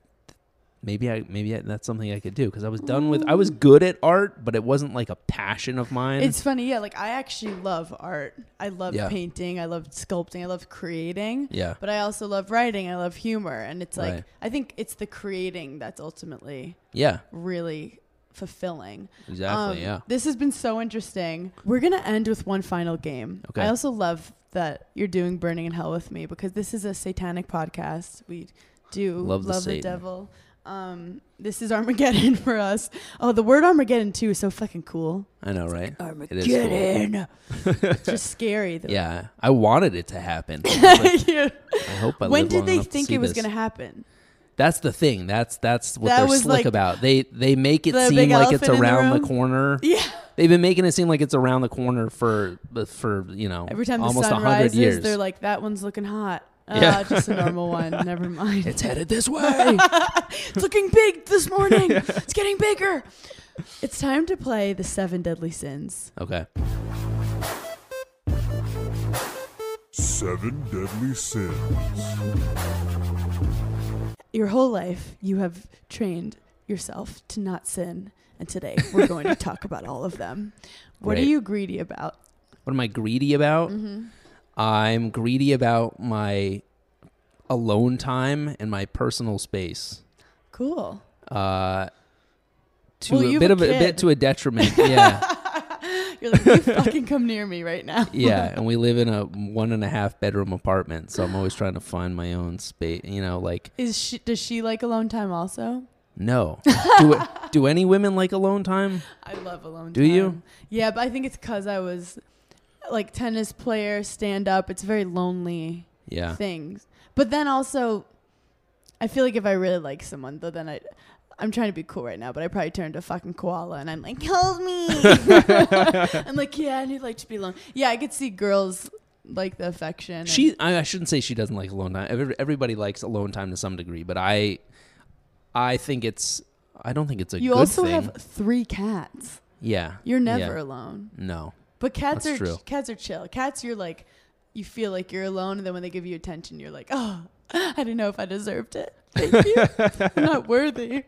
C: maybe I maybe I, that's something I could do because I was done with I was good at art, but it wasn't like a passion of mine.
B: It's funny, yeah. Like I actually love art. I love
C: Yeah.
B: painting. I love sculpting. I love creating.
C: Yeah.
B: But I also love writing. I love humor, and it's like
C: Right.
B: I think it's the creating that's ultimately
C: yeah,
B: really fulfilling.
C: exactly.
B: Um,
C: yeah,
B: This has been so interesting. We're gonna end with one final game.
C: Okay.
B: I also love that you're doing Burning in Hell with me because this is a satanic podcast. We do love,
C: Love the
B: the,
C: Satan.
B: devil. Um, this is Armageddon [laughs] for us. Oh, the word Armageddon too is so fucking cool.
C: I know, right? It is cool. [laughs]
B: Armageddon. it's just scary. Though. [laughs]
C: Yeah, I wanted it to happen. I was like,
B: Yeah.
C: I hope
B: [laughs]
C: I
B: when
C: live
B: did
C: long
B: they
C: enough to
B: think
C: see
B: it was
C: this.
B: gonna happen?
C: That's the thing. That's that's what
B: That
C: they're
B: was,
C: slick
B: like,
C: about. They they make it
B: the
C: seem
B: big
C: like it's
B: elephant in the
C: around the,
B: room.
C: corner.
B: Yeah.
C: They've been making it seem like it's around the corner for for you know
B: Every time the
C: almost
B: sun
C: hundred
B: rises,
C: years.
B: they're like, "That one's looking hot." Uh,
C: Yeah.
B: just a normal one.
C: [laughs]
B: Never mind.
C: it's headed
B: [laughs]
C: this way. [laughs]
B: It's looking big this morning. It's getting bigger. It's time to play the seven deadly sins.
C: okay.
A: Seven deadly sins.
B: Your whole life, you have trained yourself to not sin. And today, we're going to talk about all of them. What
C: Great.
B: are you greedy about?
C: What am I greedy about?
B: Mm-hmm.
C: I'm greedy about my alone time and my personal space.
B: Cool. [laughs]
C: Uh, to
B: Well, you have
C: a bit
B: a
C: of a, a bit
B: kid.
C: to a
B: [laughs]
C: detriment. Yeah.
B: You're like, you fucking come near me right now.
C: yeah, and we live in a one and a half bedroom apartment, so I'm always trying to find my own space. You know, like
B: Is she, does she like alone time also? [laughs]
C: no, do do any women like alone time?
B: I love alone
C: Do
B: time.
C: you?
B: Yeah, but I think it's because I was like tennis player, stand up. It's very lonely.
C: Yeah,
B: things. But then also, I feel like if I really like someone, though, then I, I'm trying to be cool right now, but I probably turn to a fucking koala and I'm like, hold
C: [laughs]
B: me. I'm like, yeah, I need like to be alone. Yeah, I could see girls like the affection. and-
C: she. I, I shouldn't say she doesn't like alone time. Every- Everybody likes alone time to some degree, but I, I think it's. I don't think it's a
B: you
C: good
B: also
C: thing.
B: have three cats.
C: yeah,
B: You're
C: yeah.
B: never alone.
C: No.
B: But cats
C: That's
B: are
C: true.
B: cats are chill. Cats, you're like, you feel like you're alone, and then when they give you attention, you're like, oh, I didn't know if I deserved it. Thank you.
C: [laughs]
B: I'm not worthy.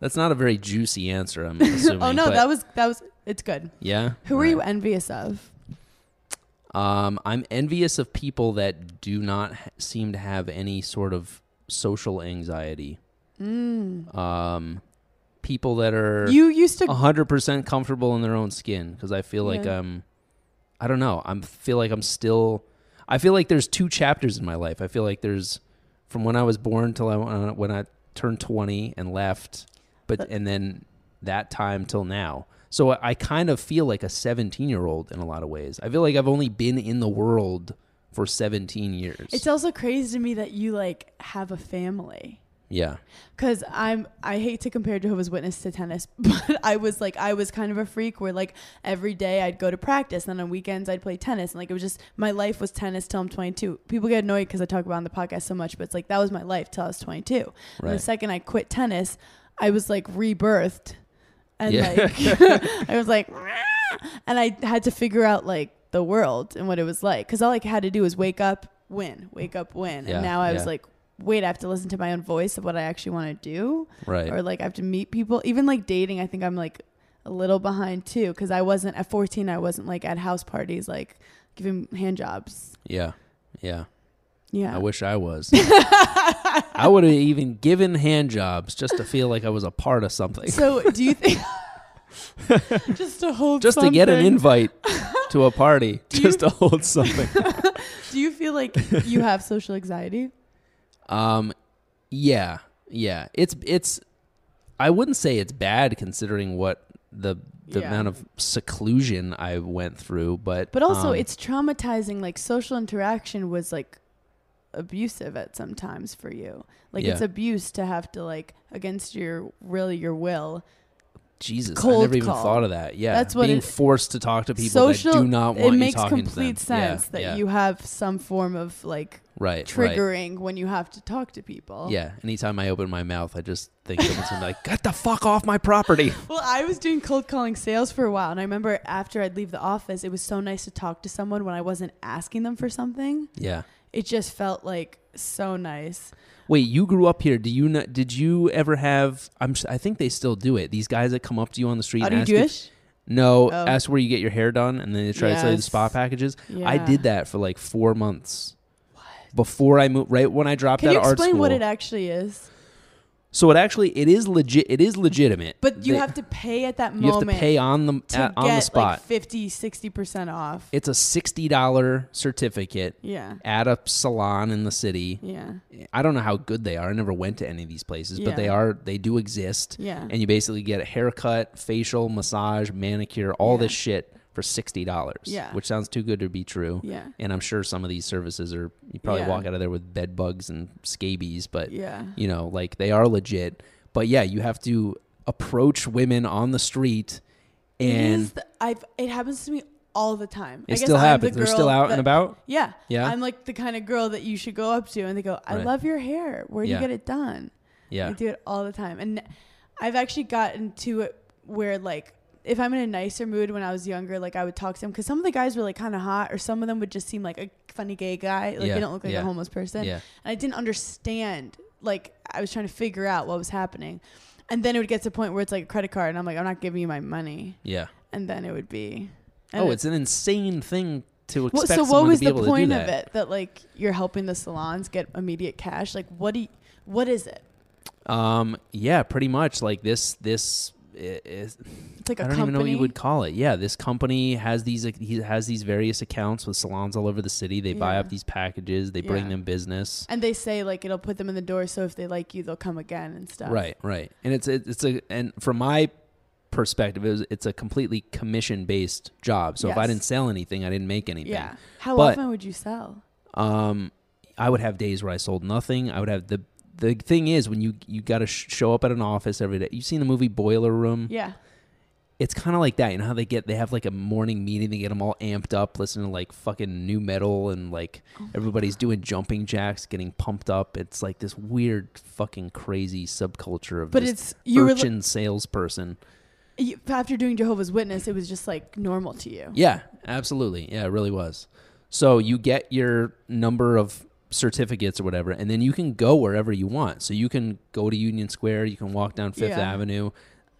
C: That's not a very juicy answer, I'm [laughs] assuming.
B: Oh no,
C: but-
B: that was that was. It's good.
C: Yeah.
B: Who are you envious of?
C: you? Um, I'm envious of people that do not h- seem to have any sort of social anxiety. Um, people that are
B: You used
C: Oh,
B: to.
C: 100% comfortable in their own skin because I feel like
B: Yeah.
C: um, I don't know. I feel like I'm still. I feel like there's two chapters in my life. I feel like there's from when I was born till I uh, when I turned 20 and left, but
B: But-
C: and then that time till now. So I, I kind of feel like a 17 year old in a lot of ways. I feel like I've only been in the world for 17 years.
B: It's also crazy to me that you like have a family.
C: yeah,
B: Cause I'm, I hate to compare Jehovah's Witness to tennis, [laughs] but I was like, I was kind of a freak where like every day I'd go to practice, and on weekends I'd play tennis, and like it was just my life was tennis till I'm 22. People get annoyed because I talk about it on the podcast so much, but it's like that was my life till I was 22. And the
C: Right.
B: second I quit tennis, I was like rebirthed, and
C: Yeah.
B: like [laughs] I was like, "Ah!" and I had to figure out like the world and what it was like, cause all I had to do was wake up, win, wake up, win,
C: Yeah,
B: and now I was
C: yeah.
B: like. Wait, I have to listen to my own voice of what I actually want to do
C: right.
B: or like I have to meet people. Even like dating, I think I'm like a little behind too because I wasn't at 14. I wasn't like at house parties like giving hand jobs.
C: yeah, yeah.
B: Yeah,
C: I wish I was.
B: [laughs]
C: I would have even given hand jobs just to feel like I was a part of something.
B: so do you think just to hold
C: [laughs] just to get an
B: something,
C: invite to
B: [laughs]
C: a party, just to hold something.
B: Do you feel like you have social anxiety?
C: Um, yeah, yeah. It's it's. I wouldn't say it's bad considering what the the
B: Yeah.
C: amount of seclusion I went through, but
B: But also,
C: um,
B: it's traumatizing. Like social interaction was like abusive at some times for you. Like
C: Yeah.
B: it's abuse to have to like against your really your will
C: Jesus. I
B: cold
C: never even
B: call.
C: thought of that. Yeah,
B: That's what
C: being
B: it-
C: forced to talk to people that do not want
B: it
C: you
B: makes
C: talking to them.
B: complete
C: Yeah,
B: sense that
C: yeah.
B: you have some form of like
C: Right. Right.
B: triggering when you have to talk to people.
C: Yeah. Anytime I open my mouth, I just think someone's gonna be like, "Get the fuck off my property."
B: Well, I was doing cold calling sales for a while, and I remember after I'd leave the office, it was so nice to talk to someone when I wasn't asking them for something.
C: Yeah.
B: It just felt like so nice.
C: Wait, you grew up here. Do you not? Did you ever have? I'm. s- I think they still do it. These guys that come up to you on the street.
B: Are
C: and
B: you
C: ask if-
B: Jewish?
C: no.
B: Oh.
C: Ask where you get your hair done, and then they try to sell you the spa
B: Yes.
C: packages. I
B: Yeah.
C: did that for like four months. Before I moved, right when I dropped
B: Can
C: out
B: you
C: of art
B: explain
C: school,
B: what it actually is?
C: so it actually it is legit. It is legitimate,
B: But you
C: They-
B: have to pay at that
C: you have
B: moment
C: to pay on the
B: to
C: at-
B: get
C: on the
B: like
C: spot.
B: 50, 60% off.
C: it's a sixty dollar certificate
B: yeah.
C: at a salon in the city.
B: Yeah.
C: I don't know how good they are. I never went to any of these places, but
B: Yeah.
C: they are they do exist.
B: Yeah.
C: And you basically get a haircut, facial, massage, manicure, all
B: Yeah.
C: this shit for sixty dollars.
B: Yeah.
C: Which sounds too good to be true.
B: Yeah.
C: And I'm sure some of these services are you probably
B: Yeah.
C: walk out of there with bed bugs and scabies, but
B: Yeah.
C: you know, like they are legit. But yeah, you have to approach women on the street
B: it,
C: and
B: is the, I've, it happens to me all the time.
C: it still
B: I'm
C: happens.
B: the
C: They're still
B: girl
C: out
B: that-
C: and about.
B: Yeah.
C: Yeah?
B: I'm like the kind of girl that you should go up to and they go, I
C: Right.
B: love your hair. Where do
C: Yeah.
B: you get it done? I
C: Yeah.
B: do it all the time. And I've actually gotten to it where like if I'm in a nicer mood when I was younger, like I would talk to them because some of the guys were like kind of hot, or some of them would just seem like a funny gay guy. Like
C: Yeah,
B: they don't look like
C: yeah,
B: a homeless person.
C: Yeah.
B: And I didn't understand. Like I was trying to figure out what was happening. And then it would get to a point where it's like a credit card, and I'm like, I'm not giving you my money.
C: Yeah.
B: And then it would be. and
C: Oh,
B: it-
C: it's an insane thing to
B: Well,
C: expect
B: so what
C: someone
B: was
C: to be
B: the
C: able
B: point
C: to do that.
B: of it that like you're helping the salons get immediate cash? Like what do you, what is it?
C: Um, yeah, pretty much. Like this, this. i- is-
B: It's like a
C: I don't
B: company.
C: even know what you would call it. Yeah, this company has these. like, He has these various accounts with salons all over the city. They buy
B: Yeah.
C: up these packages. They bring
B: Yeah.
C: them business.
B: And they say like it'll put them in the door, so if they like you, they'll come again and stuff.
C: Right, right. And it's it, it's a and from my perspective, it was, it's a completely commission based job. So if I
B: Yes.
C: didn't sell anything, I didn't make anything.
B: Yeah. How
C: But-
B: often would you sell?
C: Um, I would have days where I sold nothing. I would have the the thing is when you you got to sh- show up at an office every day. You've seen the movie Boiler Room.
B: Yeah.
C: it's kind of like that. You know how they get they have like a morning meeting, they get them all amped up, listening to like fucking new metal and like
B: Oh
C: everybody's doing jumping jacks, getting pumped up. It's like this weird fucking crazy subculture of
B: But
C: this
B: it's you were
C: urchin salesperson.
B: you, after doing Jehovah's Witness, it was just like normal to you.
C: Yeah, absolutely. Yeah, it really was. So you get your number of certificates or whatever, and then you can go wherever you want. So you can go to Union Square, you can walk down Fifth
B: Yeah.
C: Avenue.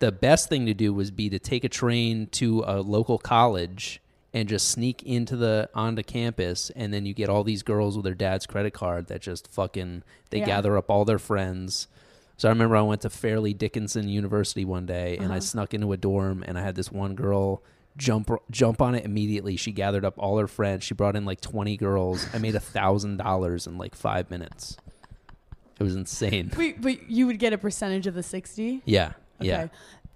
C: The best thing to do was be to take a train to a local college and just sneak into the onto campus and then you get all these girls with their dad's credit card that just fucking they
B: Yeah.
C: gather up all their friends. So I remember I went to Fairleigh Dickinson University one day
B: Uh-huh.
C: and I snuck into a dorm and I had this one girl jump jump on it immediately. She gathered up all her friends. She brought in like 20 girls. I made a thousand dollars in like five minutes. It was insane.
B: Wait, but you would get a percentage of the sixty.
C: Yeah. Yeah.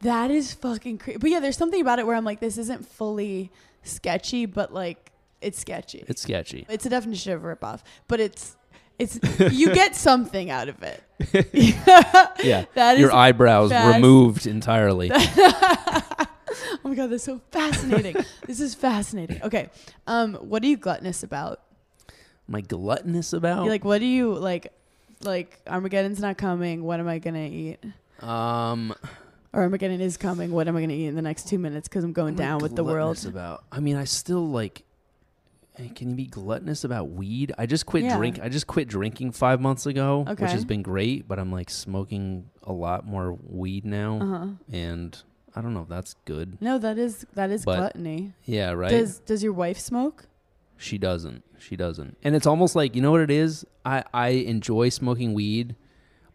B: That is fucking crazy. But yeah, there's something about it where I'm like, this isn't fully sketchy, but like it's sketchy.
C: It's sketchy.
B: It's a definition of ripoff, but it's
C: [laughs]
B: it's you get something out of it. [laughs] [laughs] that
C: Yeah.
B: is
C: Your eyebrows
B: fast.
C: removed entirely.
B: [laughs] oh my god, that's so fascinating. this is fascinating. Okay, um, what are you gluttonous about?
C: My gluttonous about?
B: You're like, what do you like? Like Armageddon's not coming. What am I gonna eat?
C: um
B: Or Armageddon is coming. What am I gonna eat in the next two minutes? Because I'm going
C: Am I
B: down with the
C: gluttonous
B: world.
C: About, I mean, I still like. eh, Can you be gluttonous about weed? I just quit
B: Yeah.
C: drink. I just quit drinking five months ago, which has
B: Okay.
C: been great. But I'm like smoking a lot more weed now,
B: Uh huh.
C: and I don't know if that's good.
B: No, that is that is
C: But-
B: gluttony.
C: Yeah, right.
B: Does does your wife smoke?
C: she doesn't. She doesn't. And it's almost like you know what it is. I I enjoy smoking weed,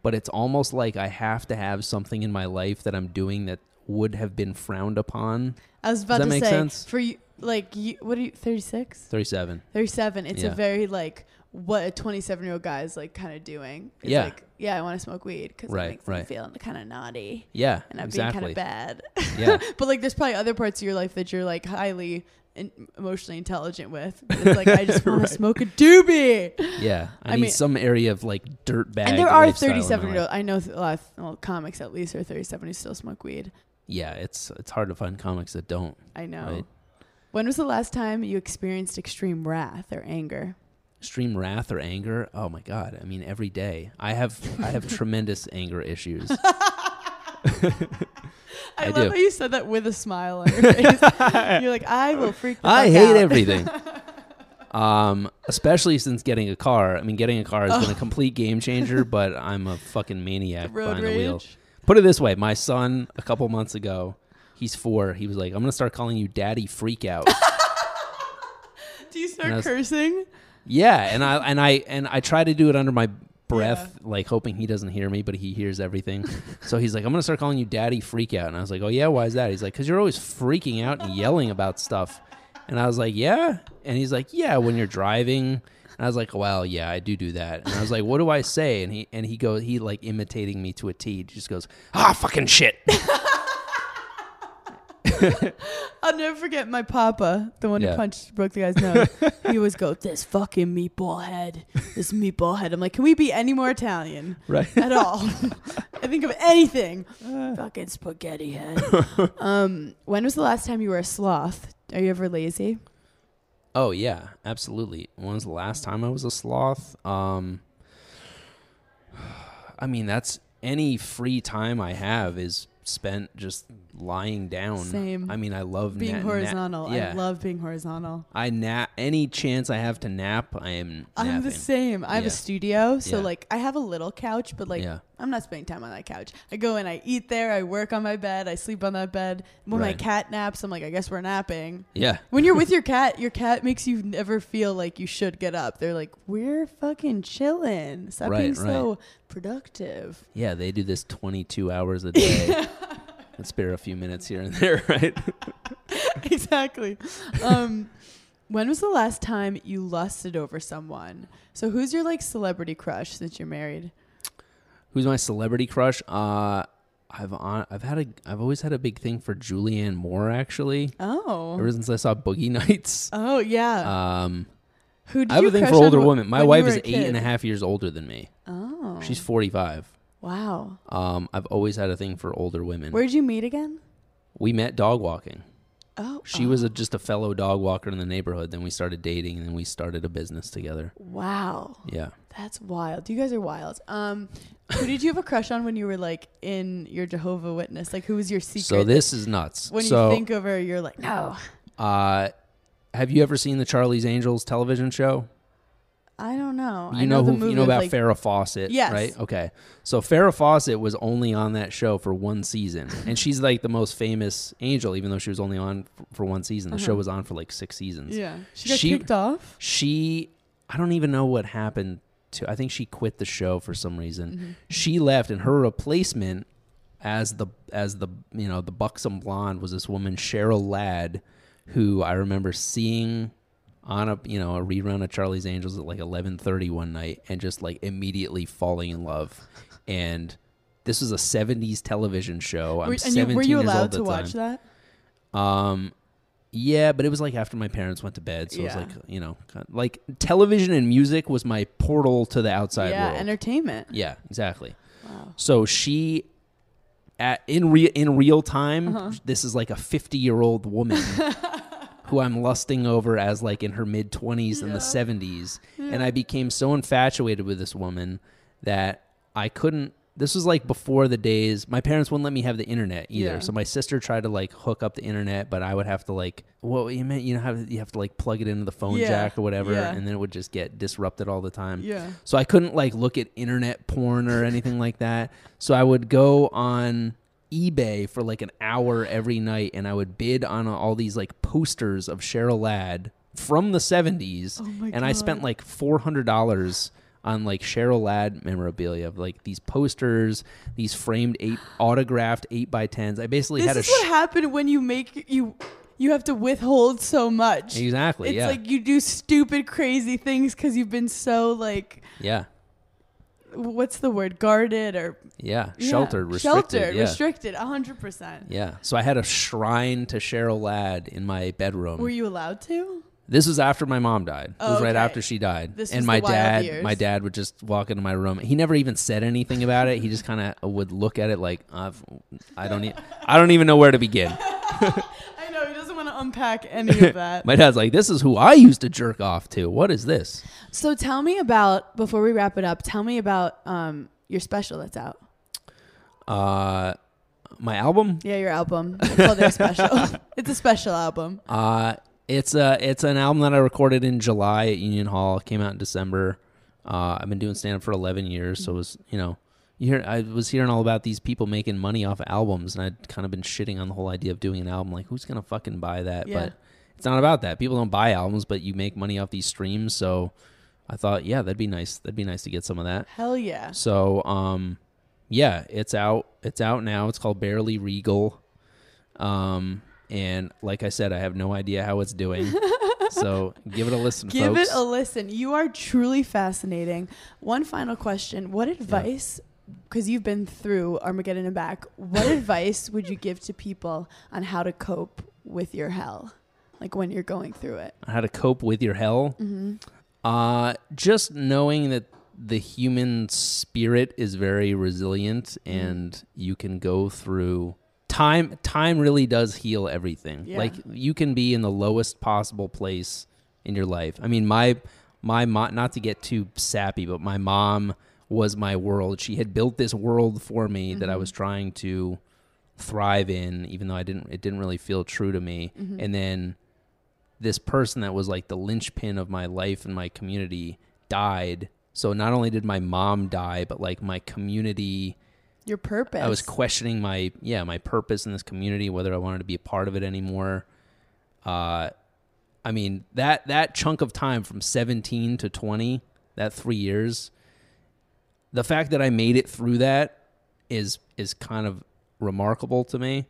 C: but it's almost like I have to have something in my life that I'm doing that would have been frowned upon.
B: I was about
C: that
B: to
C: make
B: say
C: sense?
B: for you, like you, what are you? Thirty six.
C: Thirty seven.
B: 37 it's
C: Yeah.
B: a very like what a 27 year old guy is like kind of doing it's
C: Yeah.
B: like yeah i want to smoke weed because
C: Right,
B: it makes me
C: right.
B: feel kind of naughty
C: Yeah,
B: and i'm being
C: exactly.
B: kind of bad [laughs]
C: Yeah.
B: but like there's probably other parts of your life that you're like highly in- emotionally intelligent with it's like i
C: [laughs]
B: just want to smoke a doobie [laughs]
C: Yeah, I,
B: I
C: need
B: mean-
C: some area of like dirt bag.
B: and there are
C: lifestyle in my
B: 37 year
C: life.
B: old i know a lot of well, comics at least are 37 who still smoke weed
C: Yeah, it's it's hard to find comics that don't.
B: i know
C: Right.
B: when was the last time you experienced extreme wrath or anger
C: extreme wrath or anger. Oh my god! I mean, every day I have I
B: [laughs]
C: have tremendous anger issues.
B: I,
C: I
B: love
C: do.
B: how you said that with a smile on
C: [laughs]
B: your face. You're like, I will freak. The
C: I
B: fuck
C: hate
B: out."
C: everything. Um, especially since getting a car. I mean, getting a car has been a complete game changer, but I'm a fucking maniac
B: [laughs] Oh. Road
C: behind the wheel.
B: rage.
C: Put it this way, my son a couple months ago, he's four. He was like, "I'm gonna start calling you Daddy
B: [laughs]
C: Freak Out."
B: Do you
C: And I
B: start
C: was-
B: cursing?
C: yeah, and I and I and I try to do it under my breath, like hoping he doesn't hear me, but he hears everything. so he's like, "I'm gonna start calling you Daddy Freak Out," and I was like, "Oh yeah, why is that?" He's like, "Cause you're always freaking out and yelling about stuff," and I was like, "Yeah," and he's like, "Yeah, when you're driving." And I was like, "Well, yeah, I do do that." And I was like, "What do I say?" And he and he goes, he like imitating me to a T. He just goes, "Ah, fucking shit."
B: I'll never forget my papa, the one
C: Yeah.
B: who punched broke the guy's
C: [laughs]
B: nose. he always go, "This fucking meatball head, this meatball head." I'm like, can we be any more Italian
C: right. [laughs]
B: at all? [laughs] I think of anything.
C: Uh.
B: fucking spaghetti head.
C: [laughs]
B: um, when was the last time you were a sloth? Are you ever lazy?
C: Oh yeah, absolutely. When was the last time I was a sloth? Um I mean, that's any free time I have is spent just lying down.
B: Same.
C: I mean, I love
B: Being
C: na- na-
B: horizontal.
C: yeah.
B: I love being horizontal.
C: I nap any chance I have to nap, I am
B: I'm
C: napping.
B: the same. I have
C: Yeah.
B: a studio, so
C: Yeah.
B: like I have a little couch, but like
C: Yeah.
B: I'm not spending time on that couch. I go in, I eat there, I work on my bed, I sleep on that bed. When my
C: Right.
B: cat naps, I'm like, I guess we're napping.
C: Yeah.
B: When you're with your cat, your cat makes you never feel like you should get up. They're like, we're fucking chilling. Stop
C: Right,
B: being
C: right.
B: so productive. [laughs]
C: Yeah, they do this 22 hours a day. Let's spare a few minutes here and there, [laughs] right?
B: exactly. Um, when was the last time you lusted over someone? So who's your like celebrity crush since you're married?
C: Who's my celebrity crush? Uh I've on, I've had a I've always had a big thing for Julianne Moore actually.
B: Oh.
C: Ever since I saw Boogie [laughs] Nights.
B: Oh yeah.
C: Um,
B: Who did
C: I have
B: you
C: a thing
B: crush
C: for older
B: on wh-
C: women. My
B: when you
C: wife
B: were
C: is
B: a
C: eight and a
B: kid?
C: half years older than me.
B: Oh,
C: She's 45.
B: wow.
C: Um, I've always had a thing for older women.
B: Where'd you meet again?
C: we met dog walking.
B: Oh,
C: She was a, just a fellow dog walker in the neighborhood. Then we started dating, and then we started a business together.
B: wow.
C: Yeah.
B: That's wild. You guys are wild. Um, who did you have a crush on when you were like in your Jehovah Witness? Like, who was your secret?
C: So this is nuts.
B: When
C: so,
B: you think of her, you're like, no,
C: uh, have you ever seen the Charlie's Angels television show?
B: I don't know.
C: You
B: I know,
C: who
B: the movie
C: you know
B: with,
C: about
B: like,
C: Farrah Fawcett,
B: Yes.
C: right? Okay, so Farrah Fawcett was only on that show for one season,
B: [laughs]
C: and she's like the most famous angel, even though she was only on f- for one season. The show was on for like six seasons.
B: Uh-huh. Yeah, she got
C: She-
B: kicked off.
C: She, I don't even know what happened to. I think she quit the show for some reason.
B: Mm-hmm.
C: She left, and her replacement as the as the you know the buxom blonde was this woman Cheryl Ladd, who I remember seeing on a you know a rerun of Charlie's Angels at like 11:30 one night and just like immediately falling in love and this was a 70s television show I'm
B: Were, and
C: 17
B: you, were you
C: years
B: allowed
C: old at
B: to
C: the
B: watch
C: time
B: that?
C: um yeah but it was like after my parents went to bed so
B: Yeah.
C: it was like you know kind of- like television and music was my portal to the outside
B: yeah,
C: world
B: entertainment.
C: yeah exactly
B: Wow.
C: so she at in real in real time
B: Uh-huh.
C: this is like a 50 year old woman
B: [laughs]
C: who I'm lusting over as like in her mid 20s and the 70s and I became so infatuated with this woman that I couldn't this was like before the days my parents wouldn't let me have the internet either
B: Yeah.
C: so my sister tried to like hook up the internet but I would have to like well you meant you know how you have to like plug it into the phone
B: Yeah.
C: jack or whatever
B: Yeah.
C: and then it would just get disrupted all the time
B: Yeah.
C: so I couldn't like look at internet porn or anything like that. So I would go on eBay for like an hour every night and I would bid on all these like posters of Cheryl Ladd from the 70s.
B: Oh my
C: and I spent
B: God.
C: like $400 on like Cheryl Ladd memorabilia of like these posters, these framed
B: [gasps]
C: eight autographed 8 by 10s. I basically
B: This
C: had a
B: is what
C: sh-
B: happened when you make you you have to withhold so much.
C: Exactly.
B: It's
C: yeah.
B: like you do stupid, crazy things because you've been so like,
C: yeah.
B: what's the word, guarded or
C: Yeah.
B: yeah,
C: Sheltered, restricted.
B: sheltered,
C: yeah.
B: restricted, hundred percent.
C: yeah. So I had a shrine to Cheryl Ladd in my bedroom.
B: Were you allowed to?
C: This was after my mom died. it was right
B: Okay.
C: after she died.
B: This
C: and
B: was
C: my
B: the wild
C: dad,
B: years.
C: my dad would just walk into my room. He never even said anything about it. He just kind of would look at it like I've, I don't, e- I don't even know where to begin.
B: I know he doesn't want to unpack any
C: [laughs]
B: of that.
C: My dad's like, this is who I used to jerk off to. What is this?
B: so tell me about before we wrap it up. Tell me about um, your special that's out.
C: Uh, my album.
B: Yeah, your album. It's called
C: [laughs]
B: their special. [laughs] it's a special album.
C: Uh, it's a it's an album that I recorded in July at Union Hall. It came out in December. Uh, I've been doing stand up for eleven years, so it was you know, you hear I was hearing all about these people making money off albums, and I'd kind of been shitting on the whole idea of doing an album. Like, who's gonna fucking buy that?
B: Yeah.
C: But it's not about that. People don't buy albums, but you make money off these streams. So I thought, yeah, that'd be nice. That'd be nice to get some of that.
B: Hell yeah.
C: So, um, yeah, it's out. It's out now. It's called Barely Regal. Um, and like I said, I have no idea how
B: [laughs]
C: it's doing. so give it a listen,
B: Give
C: folks.
B: it a listen. You are truly fascinating. One final question. What advice, because you've been through Armageddon and back,
C: [laughs]
B: what advice would you give to people on how to cope with your hell? Like when you're going through it?
C: how to cope with your hell. Uh, just knowing that the human spirit is very resilient and you can go through time time really does heal everything.
B: Yeah.
C: Like you can be in the lowest possible place in your life. I mean my my mo- not to get too sappy, but my mom was my world. She had built this world for me that I was trying to thrive in even though I didn't it didn't really feel true to me. And then this person that was like the linchpin of my life and my community died. So not only did my mom die, but like my community,
B: Your purpose.
C: I was questioning my yeah my purpose in this community, whether I wanted to be a part of it anymore. Uh, I mean that that chunk of time from seventeen to twenty, that three years, the fact that I made it through that is is kind of remarkable to me.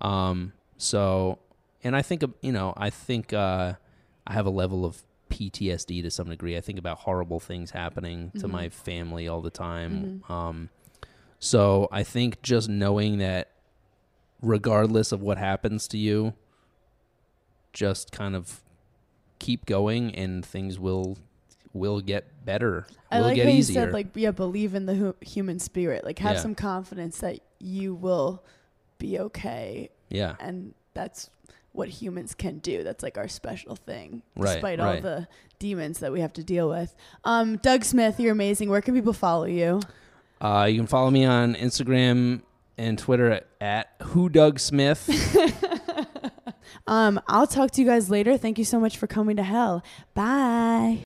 C: Um, so, and I think you know, I think uh, I have a level of PTSD to some degree. I think about horrible things happening to my family all the time. Um, so I think just knowing that, regardless of what happens to you, just kind of keep going and things will will get better.
B: I
C: will
B: like
C: get
B: how
C: easier.
B: you said, like, yeah, believe in the hu- human spirit. Like, have
C: Yeah.
B: some confidence that you will be okay.
C: yeah.
B: And that's what humans can do. That's like our special thing,
C: Right,
B: despite all
C: right.
B: the demons that we have to deal with. Um, Doug Smith, you're amazing. Where can people follow
C: [laughs]
B: you?
C: Uh, you can follow me on Instagram and Twitter at, at who Doug Smith.
B: Um, I'll talk to you guys later. Thank you so much for coming to hell. Bye.